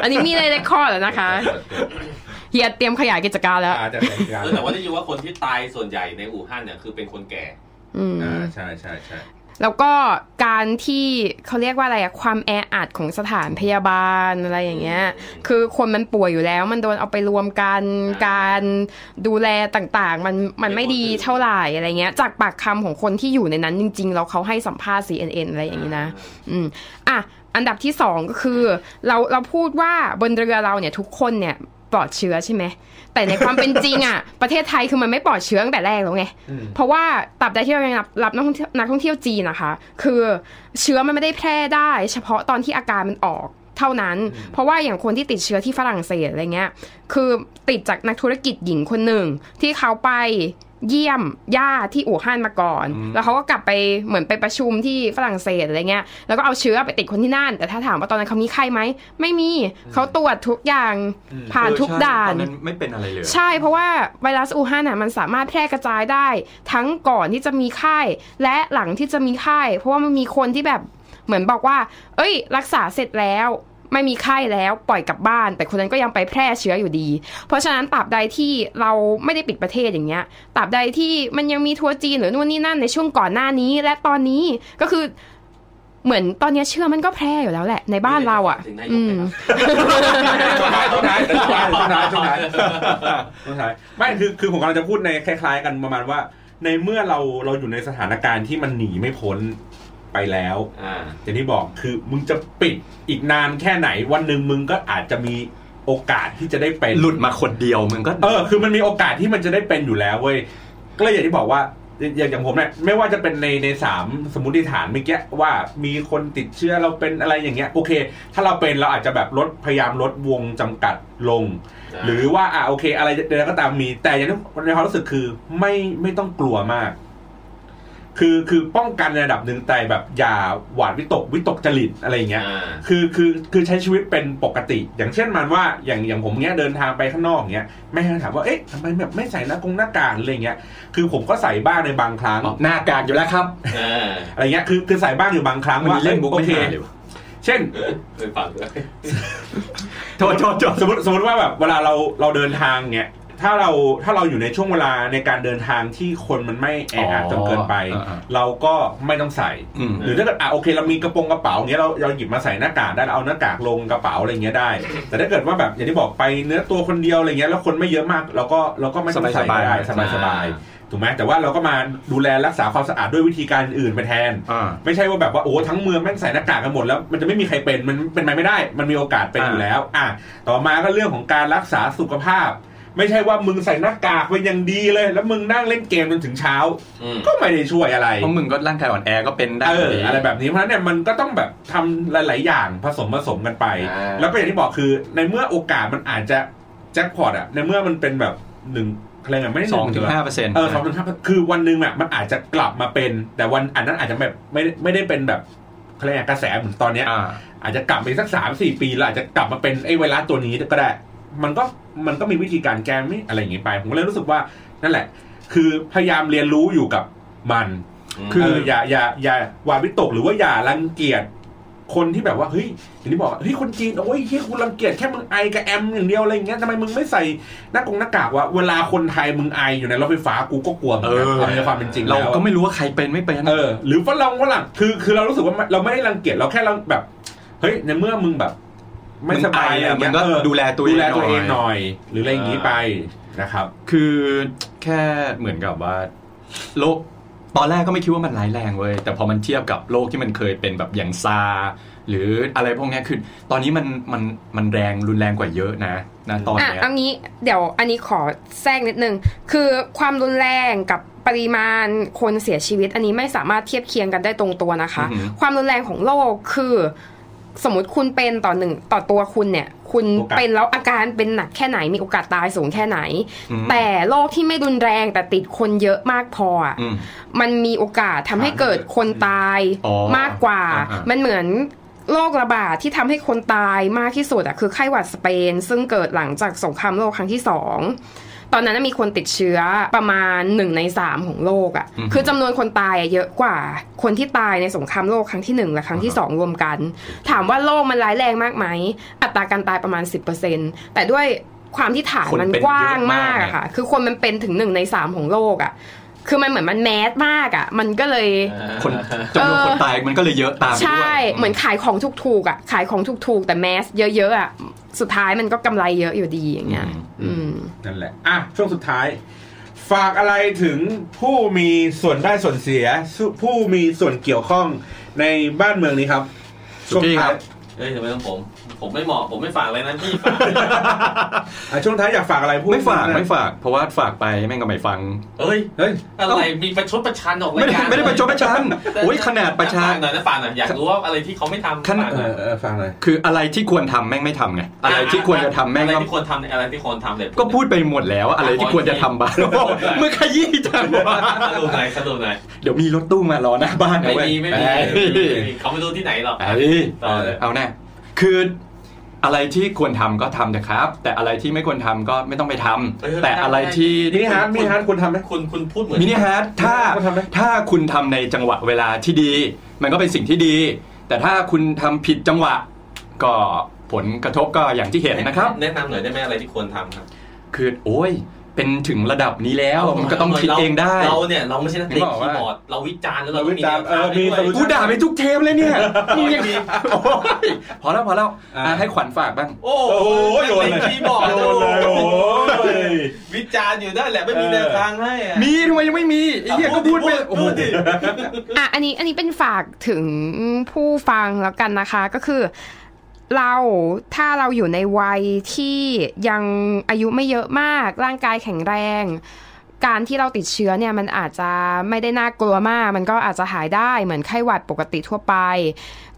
Speaker 5: อันนี้มีในเรคคอร์ดแล้วนะคะเฮียเตรียมขยายกิจการแล้ว
Speaker 4: อาจจะเป็นการ
Speaker 3: เออแต่ว่าได้ยินว่าคนที่ตายส่วนใหญ่ในอู่ฮั่นเนี่ยคือเป็นคนแก่
Speaker 5: อืม
Speaker 4: อ่าใช่ใช่ใช่
Speaker 5: แล้วก็การที่เขาเรียกว่าอะไรอะความแออัดของสถานพยาบาลอะไรอย่างเงี้ย คือคนมันป่วยอยู่แล้ว มันโดนเอาไปรวมกัน
Speaker 3: อ่า
Speaker 5: การดูแลต่างๆ มันมันไม่ดีเท่าไหร่อะไรเงี้ย จากปากคำของคนที่อยู่ในนั้นจริงๆ แล้วเขาให้สัมภาษณ์ CNN อะไรอย่างนี้นะ อืมอ่ะ อันดับที่สองก็คือ เราเราพูดว่าบนเรือเราเนี่ยทุกคนเนี่ยปลอดเชื้อใช่ไหมแต่ในความเป็นจริงอ่ะ ประเทศไทยคือมันไม่ปลอดเชื้อตั้งแต่แรกแล้วไง เพราะว่าตับใดที่เรายังรับรับนักท่องเที่ยวนักท่องเที่ยวจีนนะคะ คือเชื้อมันไม่ได้แพร่ได้ เฉพาะตอนที่อาการมันออกเท่านั้น เพราะว่าอย่างคนที่ติดเชื้อที่ฝรั่งเศสอะไรเงี้ย คือติดจากนักธุรกิจหญิงคนหนึ่งที่เขาไปเยี่ยมย่าที่อู่ฮั่นมาก่อน แล้วเขาก็กลับไปเหมือนไปประชุมที่ฝรั่งเศสอะไรเงี้ย แล้วก็เอาเชื้อไปติดคนที่นั่น แต่ถ้าถามว่าตอนนั้นเขามีไข้ไหม ไม่มีเขาตรวจทุกอย่างผ่านทุกด่า
Speaker 2: ต
Speaker 5: น
Speaker 2: อนนั้นไม่เป็นอะไรเลย
Speaker 5: ใช่เพราะว่าไวรัสอูฮั่นน่ะมันสามารถแพร่กระจายได้ ทั้งก่อนที่จะมีไข้และหลังที่จะมีไข้เพราะว่ามันมีคนที่แบบเหมือนบอกว่า เอ้ย รักษาเสร็จแล้ว ไม่มีไข้แล้วปล่อยกลับบ้าน แต่คนนั้นก็ยังไปแพร่เชื้ออยู่ดี เพราะฉะนั้นตราบใดที่เราไม่ได้ปิดประเทศอย่างเงี้ยตราบใดที่มันยังมีทัวร์จีนหรือนู่นนี่นั่นในช่วงก่อนหน้านี้ และตอนนี้ก็คือเหมือนตอนเนี้ยเชื้อมันก็แพร่อยู่แล้วแหละ ในบ้านเราอ่ะ
Speaker 3: ถึงนายก
Speaker 5: อื
Speaker 3: เลย
Speaker 5: ม
Speaker 3: ครับ
Speaker 4: ช่วงท้ายช่วงท้ายช่วงท้ายช่วงท้ายช่วงท้ายช่วงท้ายไม่คือคือผมกำลังจะพูดในคล้าย ๆ กันประมาณว่า ในเมื่อเราเราอยู่ในสถานการณ์ที่มันหนีไม่พ้นไปแล้ว
Speaker 3: อ่า
Speaker 4: อย่างที่บอกคือมึงจะปิดอีกนานแค่ไหนวันหนึ่งมึงก็อาจจะมีโอกาสที่จะได้เป็น
Speaker 2: หลุดมาคนเดียวมึงก็
Speaker 4: เออคือมันมีโอกาสที่มันจะได้เป็นอยู่แล้วเว้ยก็เลยอย่างที่บอกว่าอย่างอย่างผมเนี่ยไม่ว่าจะเป็นในในสามสมมติฐานเมื่อกี้ว่ามีคนติดเชื้อเราเป็นอะไรอย่างเงี้ยโอเค ถ้าเราเป็นเราอาจจะแบบลดพยายามลดวงจำกัดลง
Speaker 3: ได้
Speaker 4: หรือว่าอ่ะโอเค อะไรใดๆก็ตามมี แต่อย่างที่ในความรู้สึกคือไม่ไม่ต้องกลัวมาก คือคือป้องกันในระดับหนึ่งแต่แบบอย่าหวาดวิตกวิตกจริตอะไรอย่างเงี้ย
Speaker 3: อ่า
Speaker 4: คือคือคือใช้ชีวิตเป็นปกติ อย่างเช่นมันว่าอย่างอย่างผมเนี้ยเดินทางไปข้างนอกเนี้ยแม่ก็ถามว่าเอ๊ะทำไมแบบไม่ใส่หน้ากงหน้ากากหรืออะไรเงี้ยคือผมก็ใส่บ้างในบางครั้ง
Speaker 2: หน้ากากอยู่แล้วครับ
Speaker 3: เออ
Speaker 4: อะไรเงี้ยคือคือใส่บ้างอยู่บางครั้ง
Speaker 2: มัน
Speaker 4: ว่า
Speaker 2: เล่นมุก
Speaker 4: โอ
Speaker 2: ไม่
Speaker 4: เค
Speaker 2: หาเลยวะ
Speaker 4: เช่น
Speaker 3: ไปฟังด้วย
Speaker 2: โทษโทษโทษ
Speaker 4: สมมติสมมติว่าแบบเวลาเราเราเดินทางเนี้ยถ้าเราถ้าเราอยู่ในช่วงเวลาในการเดินทางที่คนมันไม่แออัดจนเกินไป เราก็ไม่ต้องใส่
Speaker 2: อืม
Speaker 4: หรือถ้าเกิดอ่ะโอเคเรามีกระโปรงกระเป๋าเงี้ยเราเราหยิบมาใส่หน้ากากได้เราเอาหน้ากากลงกระเป๋าอะไรเงี้ยได้ แต่ถ้าเกิดว่าแบบอย่างที่บอกไปเนื้อตัวคนเดียวอะไรเงี้ยแล้วคนไม่เยอะมากเราก็เราก็ไม่ต้องใส่ก็ได้สบายสบายๆถูกไหมแต่ว่าเราก็มาดูแลรักษาความสะอาดด้วยวิธีการอื่นไปแทน
Speaker 2: อ่า
Speaker 4: ไม่ใช่ว่าแบบว่าโอ้ทั้งเมืองแม่งใส่หน้ากากกันหมดแล้วมันจะไม่มีใครเป็นมันเป็นไปไม่ได้ มันมีโอกาสเป็น
Speaker 2: อ่า
Speaker 4: อยู่แล้ว อ่ะต่อมาก็เรื่องของการรักษาสุขภาพ ไม่ใช่ว่ามึงใส่หน้ากากเป็นอย่างดีเลย แล้วมึงนั่งเล่นเกมจนถึงเช้า
Speaker 3: อืม
Speaker 4: ก็ไม่ได้ช่วยอะไร
Speaker 2: เพราะมึงก็ร่างกายอ่อนแอก็เป็นได้
Speaker 4: เอออะไรแบบนี้เพราะฉะนั้นเนี่ยมันก็ต้องแบบทำหลาย ๆ อย่างผสมผสมกันไป
Speaker 3: อ่า
Speaker 4: แล้วก็อย่างที่บอกคือ ในเมื่อโอกาสมันอาจจะแจ็คพอตอะในเมื่อมันเป็นแบบหนึ่งอะไรเงี้ยไม่ได้
Speaker 2: สองถึง
Speaker 4: เดืน
Speaker 2: ห้าเปอร์เซ็นต์
Speaker 4: เออสองถึงห้าคือวันหนึ่งอะมันอาจจะกลับมาเป็น แต่วันอันนั้นอาจจะแบบไม่ได้ไม่ได้เป็นแบบอะไรยกกระแสเหมือนตอนเนี้ย
Speaker 2: อ่า
Speaker 4: อาจจะกลับไปสักสามสี่ปีแล้วอาจจะกลับมาเป็นไอ้ไวรัสตัวนี้ก็ได้ มันก็มันก็มีวิธีการแก้ไม่อะไรอย่างงี้ไป ผมก็เลยรู้สึกว่านั่นแหละ คือพยายามเรียนรู้อยู่กับมัน
Speaker 2: คื
Speaker 4: คืออย่าอย่าอย่าหวาดวิตกหรือว่าอย่ารังเกียจคนที่แบบว่าเฮ้ยอย่างที่บอกเฮ้ยคนจีนโอ้ยเฮ้ยคุณรังเกียจแค่มึงไอกับแอมอย่างเดียวอะไรอย่างเงี้ยทำไมมึงไม่ใส่หน้ากงหน้ากากวะเวลาคนไทยมึงไออยู่ในรถไฟฟ้ากูก็กลัวเหมือนกัน
Speaker 2: เออ
Speaker 4: ในความเป็นจริง
Speaker 2: เรา
Speaker 4: แล้ว
Speaker 2: ก็ไม่รู้ว่าใครเป็นไม่เป็น
Speaker 4: เออ หรือฝรั่งฝรั่งคือคือเรารู้สึกว่ามันเราไม่ได้รังเกียจเราแค่เราแบบเฮ้ยในเมื่อมึงแบบ ไม่สบายอะไร
Speaker 2: อ่ะ
Speaker 4: อย่างเงี้
Speaker 2: มัน
Speaker 4: ย
Speaker 2: ก็
Speaker 4: เออ
Speaker 2: ดูแลตัว
Speaker 4: ดูแลตัวเอง
Speaker 2: ห
Speaker 4: ห
Speaker 2: น่ย
Speaker 4: น่อย หรืออะไรอย่างงี้ไปนะครับ
Speaker 2: คือแค่เหมือนกับว่าโรคตอนแรกก็ไม่คิดว่ามันร้ายแรงเว้ยแต่พอมันเทียบกับโรคที่มันเคยเป็นแบบอย่างซา หรืออะไรพวกเนี้ยคือ ตอนนี้มันมันมันแรงรุนแรงกว่าเยอะนะนะตอน
Speaker 5: อ่ะ
Speaker 2: เนี้ย
Speaker 5: เอางี้เดี๋ยวอันนี้ขอแทรกนิดนึง คือความรุนแรงกับปริมาณคนเสียชีวิต อันนี้ไม่สามารถเทียบเคียงกันได้ตรงตัวนะคะ
Speaker 2: อือหือ
Speaker 5: ความรุนแรงของโรคคือ สมมติคุณเป็นต่อหนึ่งต่อตัวคุณเนี่ย คุณ
Speaker 4: โอกาส
Speaker 5: เป็นแล้วอาการเป็นหนักแค่ไหนมีโอกาสตายสูงแค่ไหน แต่โรคที่ไม่รุนแรงแต่ติดคนเยอะมากพออะ
Speaker 2: อืม
Speaker 5: มันมีโอกาสทำให้เกิดคนตาย
Speaker 2: อ๋อ
Speaker 5: มากกว่า
Speaker 2: อ่าๆ
Speaker 5: มันเหมือนโรคระบาดที่ทำให้คนตายมากที่สุดอะคือไข้หวัดสเปน ซึ่งเกิดหลังจากสงครามโลกครั้งที่สอง ตอนนั้นนะมีคนติดเชื้อประมาณหนึ่งในสามของโลกอะ
Speaker 2: อือฮึ
Speaker 5: คือจำนวนคนตายอะเยอะกว่า คนที่ตายในสงครามโลกครั้งที่หนึ่งและครั้งที่สองรวมกัน ถามว่าโรคมันร้ายแรงมากไหม อัตราการตายประมาณ 10%แต่ด้วยความที่ฐาน
Speaker 2: คน
Speaker 5: มัน
Speaker 2: เป็น
Speaker 5: กว้างมาก
Speaker 2: เยอะมาก
Speaker 5: อะค่ะ คือคนมันเป็นถึงหนึ่งในสามของโลกอะ คือมันเหมือนมันแมสมากอะมันก็เลย
Speaker 2: คนจำนวนคนตายมันก็เลยเยอะตามไปด้วย
Speaker 5: ใช่ เหมือนขายของถูกๆอะขายของถูกๆ แต่แมสเยอะๆอะสุดท้ายมันก็กำไรเยอะอยู่ดีอย่างเงี้ย อืม
Speaker 4: นั่นแหละ อ่ะ ช่วงสุดท้าย ฝากอะไรถึงผู้มีส่วนได้ส่วนเสีย ผู้มีส่วนเกี่ยวข้องในบ้านเมืองนี้ครับ
Speaker 2: สุกี้ครับ
Speaker 3: เอ้ยทำไมต้องผม ผมไม่เหมาะผมไม่ฝากอะไรนะพี่ฝาก
Speaker 4: อ่ะช่วงท้ายอยากฝากอะไรพูด
Speaker 2: ไม่ฝาก
Speaker 4: นะ
Speaker 2: ไม่ฝาก เพราะว่าฝากไปแม่งก็ไม่ฟัง
Speaker 3: เอ้ย
Speaker 4: เฮ้ย
Speaker 3: อะไรมีประชดประชันออกรา
Speaker 2: ไม่
Speaker 3: ย
Speaker 2: ได้
Speaker 3: การ
Speaker 2: ไม่ได้ประชดประชัน
Speaker 3: แต่
Speaker 2: โอ้ยขนาดประชา
Speaker 3: ฝกหน่อยนะฝากหน่อยอยากรู้ว่าอะไรที่เขาไม่ทำ
Speaker 2: ขนาด
Speaker 4: เอ
Speaker 3: ฝกหอย
Speaker 4: อเออฟังเลย
Speaker 2: คืออะไรที่ควรทำแม่งไม่ทำไงอะไรที่ควรจะทำแม่ง
Speaker 3: อะไร
Speaker 2: ก็
Speaker 3: ที่ควรทำเนี่ยอะไรที่ควรทำเลย
Speaker 2: ก็พูดไปหมดแล้ว อะไรที่ควรจะทำบ้างโอ้โห <laughs> มึงขยี้จัง
Speaker 3: สรุปหน่อยสรุปหน่อย
Speaker 2: เดี๋ยวมีรถตู้มารอหน้าบ้านนะ
Speaker 3: ไม่
Speaker 2: เว้ย
Speaker 3: มีไม่มีไม่มีไม่มีเขาไม่รู้ที่ไหนหรอก
Speaker 2: เอ้ย
Speaker 3: ต่อเลย
Speaker 2: เอาแน่คืออะไรที่ควรทำก็ทำเถอะครับ แต่อะไรที่ไม่ควรทำก็ไม่ต้องไปทำแต่อะไรที่
Speaker 4: มินิฮาร์ดมินิฮาร์ดคุณทำไหม
Speaker 3: คุณคุณพูดเหมือน
Speaker 2: มินิฮาร์ดถ้า
Speaker 4: คุณทำไหม
Speaker 2: ถ้าคุณทำในจังหวะเวลาที่ดี มันก็เป็นสิ่งที่ดี แต่ถ้าคุณทำผิดจังหวะ ก็ผลกระทบก็อย่างที่เห็นนะครับ
Speaker 3: แนะนำหน่อยได้ไหมอะไรที่ควรทำครับ
Speaker 2: คือโอ้ย เป็นถึงระดับนี้แล้ว มันก็ต้องคิด
Speaker 3: รา
Speaker 2: เองได้
Speaker 3: เราเนี่ยเราไม่ใช่นักเตะ
Speaker 4: ผมบอก
Speaker 3: คี
Speaker 4: ว่า
Speaker 3: ย์บอร์ดเราวิจารณ์แล้วเรา
Speaker 4: เราวิจารณ์
Speaker 3: แนวทง
Speaker 4: เออมี
Speaker 3: ให้ด้วย
Speaker 4: solution
Speaker 2: กูด่าไปทุกเทมเลยเนี่ยมึงยังโอ้ยพอแล้วพอแล้ว
Speaker 4: อ่ะ
Speaker 2: อ่ะให้ขวัญฝากบ้าง
Speaker 3: โอ้โห
Speaker 4: โอ้โหโยนเลย
Speaker 3: นักตะคีย์บอร์ด
Speaker 4: โยนเลยโอ้ย
Speaker 3: วิจารณ์อยู่ได้แหละไม่มีแนวทางให้อะ
Speaker 2: มีทำไมยังไม่มีไอ้เหี้ยก็พูดไปโอ้โห
Speaker 5: อ่ะอันนี้อันนี้เป็นฝากถึงผู้ฟังแล้วกันนะคะ ก็คือเราถ้าเราอยู่ในวัยที่ยังอายุไม่เยอะมากร่างกายแข็งแรง การที่เราติดเชื้อเนี่ยมันอาจจะไม่ได้น่ากลัวมาก มันก็อาจจะหายได้เหมือนไข้หวัดปกติทั่วไป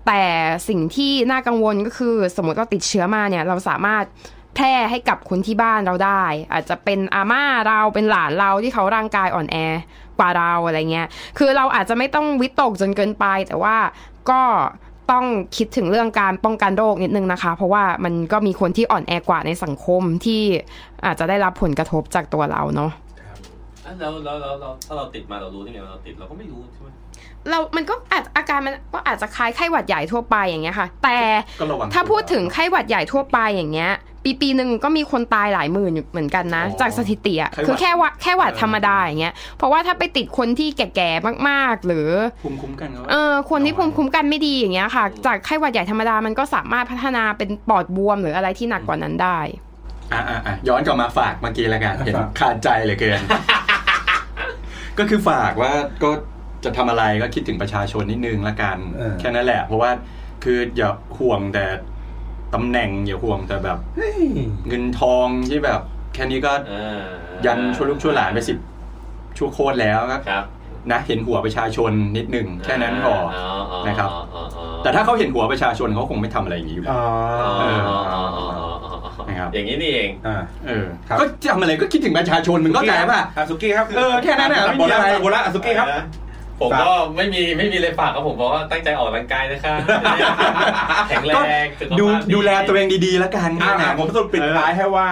Speaker 5: แต่สิ่งที่น่ากังวลก็คือ สมมติเราติดเชื้อมาเนี่ยเราสามารถแพร่ให้กับคนที่บ้านเราได้ อาจจะเป็นอาม่าเราเป็นหลานเราที่เขาร่างกายอ่อนแอกว่าเราอะไรเงี้ย คือเราอาจจะไม่ต้องวิตกจนเกินไป แต่ว่าก็ต้องคิดถึงเรื่องการป้องกันโรคนิดนึงนะคะ เพราะว่ามันก็มีคนที่อ่อนแอกว่าในสังคมที่อาจจะได้รับผลกระทบจากตัวเราเนาะ
Speaker 3: อ่ะแล้วแล้วแล้วแล้วถ้าเราติดมาเรารู้ได้ไงว่าเราติดเราก็ไม่รู้ใช่ไหม
Speaker 5: เรา มันก็อาจอาการมันก็อาจจะคล้ายไข้หวัดใหญ่ทั่วไปอย่างเงี้ยค่ะ แต่
Speaker 2: ก็ระวัง
Speaker 5: ถ้าพูดถึงไข้หวัดใหญ่ทั่วไปอย่างเงี้ย ปีปีหนึ่งก็มีคนตายหลายหมื่นอยู่เหมือนกันนะ
Speaker 2: อ๋อ
Speaker 5: จากสถิติอะ
Speaker 2: ไข้หวัด
Speaker 5: คือแค่ว่าแค่หวัดธรรมดาอย่างเงี้ย เพราะว่าถ้าไปติดคนที่แก่ๆมากๆ หรือ
Speaker 2: ภูมิคุ้มกันเขา
Speaker 5: เออคนที่ภูมิคุ้มกันไม่ดีอย่างเงี้ยค่ะ จากไข้หวัดใหญ่ธรรมดามันก็สามารถพัฒนาเป็นปอดบวมหรืออะไรที่หนักกว่านั้นได้
Speaker 2: อ่ะอ่ะอ่ะย้อนกลับมาฝากเมื่อกี้แล้วกันเห็น
Speaker 4: ฝาก
Speaker 2: ขาดใจเหลือเกิน <laughs> ก็คือฝากว่าก็จะทำอะไรก็คิดถึงประชาชนนิดนึงละกัน
Speaker 4: เออ
Speaker 2: แค่นั้นแหละ เพราะว่าคืออย่าห่วงแต่ตำแหน่งอย่าห่วงแต่แบบ
Speaker 4: เฮ้ย
Speaker 2: เงินทองที่แบบ แค่นี้ก็
Speaker 3: อ่า
Speaker 2: ยันช่วยลูกช่วยหลานไปสิบชั่วโคตรแล้วก็
Speaker 3: ครับ
Speaker 2: นะเห็นหัวประชาชนนิดหนึ่งแค่นั้นพอ
Speaker 3: า
Speaker 2: นะครับ
Speaker 3: อ๋ออ๋ออ๋อ
Speaker 2: แต่ถ้าเขาเห็นหัวประชาชนเขาคงไม่ทำอะไรอย่างนี้อยู่แล้ว
Speaker 4: อ๋อ
Speaker 3: อ๋ออ๋ออ๋ออ๋ออ๋อ
Speaker 2: นะครับ
Speaker 3: อย่างนี้นี่เอง
Speaker 4: อ่า
Speaker 2: เออ
Speaker 4: ครับ
Speaker 2: ก็ทำอะไรก็คิดถึงประชาชนมึงเข้าใจป่ะ
Speaker 4: อ่สุกี้ครับ
Speaker 2: เออแค่นั้นน่ะไม่
Speaker 4: หม
Speaker 2: มี
Speaker 4: ด
Speaker 2: อะ
Speaker 4: ละ
Speaker 2: ไร
Speaker 4: หมดละอ่ะสุกี้ครับ
Speaker 3: ผมก็ไม่มีไม่มีอะไรฝากครับผมเพราะว่าตั้งใจออกกำลังกายนะคะแข็งแรงสุขภาพ
Speaker 2: ดูดูแลตัวเองดีๆแล้วกัน
Speaker 4: อ่า
Speaker 2: นะ
Speaker 4: ผมสรุปปิด
Speaker 2: เออ
Speaker 4: ท้ายให้ว่า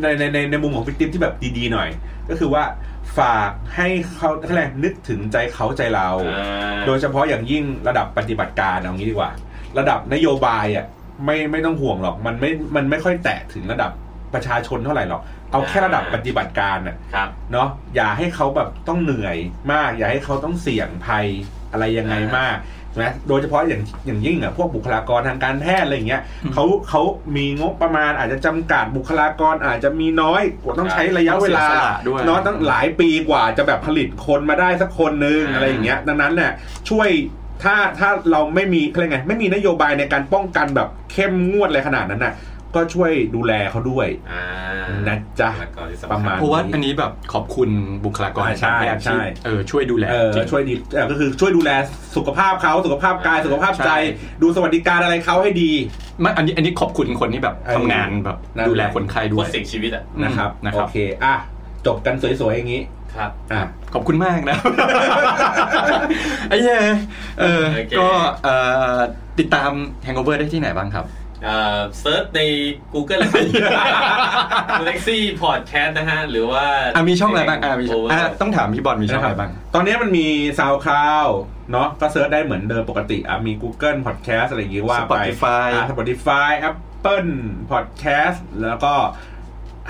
Speaker 4: ในในในในมุมของฟิกติมที่แบบดีๆหน่อย ก็คือว่าฝากให้เขาอะไรยกนึกถึงใจเขาใจเรา
Speaker 3: อ่า
Speaker 4: โดยเฉพาะอย่างยิ่งระดับปฏิบัติการเอางี้ดีกว่า ระดับนโยบายอ่ะไม่ไม่ต้องห่วงหรอกมันไม่มันไม่ค่อยแตะถึงระดับประชาชนเท่าไหร่หรอกเอาแค่ระดับปฏิบัติการอ่ะ
Speaker 3: ครับ
Speaker 4: เนาะอย่าให้เขาแบบต้องเหนื่อยมาก อย่าให้เขาต้องเสี่ยงภัยอะไรยังไงมากใช่ไหมโดยเฉพาะอย่างอย่างยิ่งอ่ะพวกบุคลากรทางการแพทย์อะไรอย่างเงี้ยเขาเขามีงบประมาณอาจจะจำกัดบุคลากรอาจจะมีน้อยกว่าต้องใช้ระยะเวลา
Speaker 2: ต้องเสียสละด้วย
Speaker 4: เนาะตั้งหลายปีกว่าจะแบบผลิตคนมาได้สักคนนึง
Speaker 3: อ่า
Speaker 4: อะไรอย่างเงี้ยดังนั้นเนี่ยช่วยถ้าถ้าเราไม่มีอะไรยกไงไม่มีนโยบายในการป้องกันแบบเข้มงวดอะไรขนาดนั้นน่ะก็ช่วยดูแลเขาด้วย
Speaker 3: อ่า
Speaker 4: นะจ๊ะ
Speaker 3: แล้วก็ที่สำ
Speaker 4: ประ
Speaker 3: คั
Speaker 4: มา
Speaker 3: ญ
Speaker 4: ณ
Speaker 2: เพราะว่าอันนี้แบบขอบคุณบุคลากร
Speaker 4: อ่าใช่
Speaker 2: ทางการแพทย์
Speaker 4: ใช่
Speaker 2: ที่เออช่วยดูแล
Speaker 4: เออ
Speaker 2: จริง
Speaker 4: ช่วยดีเออก็คือช่วยดูแลสุขภาพเขาสุขภาพกายสุขภาพใจ
Speaker 2: ใช่
Speaker 4: ดูสวัสดิการอะไรเขาให้ดี
Speaker 2: ไม่อันนี้อันนี้ขอบคุณคนที่แบบ
Speaker 4: เออ
Speaker 2: ทำงานแบบ
Speaker 4: นั่นแหละ
Speaker 2: ดูแลคนไข้ด้
Speaker 3: โคว ต
Speaker 2: ย
Speaker 3: รเสิ่ยงชีวิตอ่ะ
Speaker 2: อืม
Speaker 4: นะครับ
Speaker 2: นะครับ
Speaker 4: โอเคอ่ะจบกันสวยๆอย่างนี้
Speaker 3: ครับ
Speaker 4: อ่ะ
Speaker 2: ขอบคุณ
Speaker 4: <laughs>
Speaker 2: มากนะ ไอ้เหี้ยเออ
Speaker 3: โอเค
Speaker 2: ก็เอ่อติดตาม Hangover ได้ที่ไหนบ้างครับ
Speaker 3: เอ่อเซิร์ชใน Google เลย
Speaker 2: <laughs>
Speaker 3: ครับเล็กซี่พอดแคสต์นะฮะ หรือว่า
Speaker 2: อ่ะมีช่องอะไรบ้างอ่ะมีช่องอ่ะต้องถามพี่บอลมีช่อง
Speaker 4: นะค
Speaker 2: อะ
Speaker 4: รั
Speaker 2: ไรบ้าง
Speaker 4: ตอนนี้มันมี SoundCloud เนาะก็เซิร์ชได้เหมือนเดิมปกติอ่ะมี Google Podcast อะไรอย่างงี้ว่าไป
Speaker 2: Spotify
Speaker 4: อ่ะ Spotify Apple Podcast แล้วก็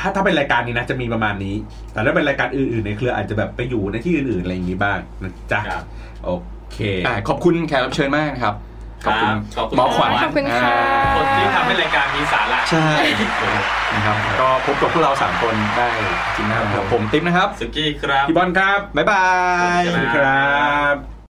Speaker 4: ถ้าถ้าเป็นรายการนี้นะจะมีประมาณนี้ แต่ถ้าเป็นรายการอื่นๆในเครืออาจจะแบบไปอยู่ในที่อื่นๆอะไรอย่างนี้บ้างนะจ๊ะ
Speaker 3: ครับ
Speaker 4: โอเค
Speaker 2: อ่ะขอบคุณแขกรับเชิญมากนะครับ ขอบคุณ
Speaker 3: ครับขอบคุณ
Speaker 2: หมอขวัญ
Speaker 5: ขอบคุณค่ะ
Speaker 2: อ่า
Speaker 3: คนที่ทำให้รายการมีสาระ
Speaker 2: ใช่นะครับก็พบกับพวกเราสามคนได้จริงนะครับผมติ๊บนะครับ
Speaker 3: สุกี้ครับ
Speaker 4: พี่บอลครับ
Speaker 2: บ๊ายบาย
Speaker 4: สวัสดีครับ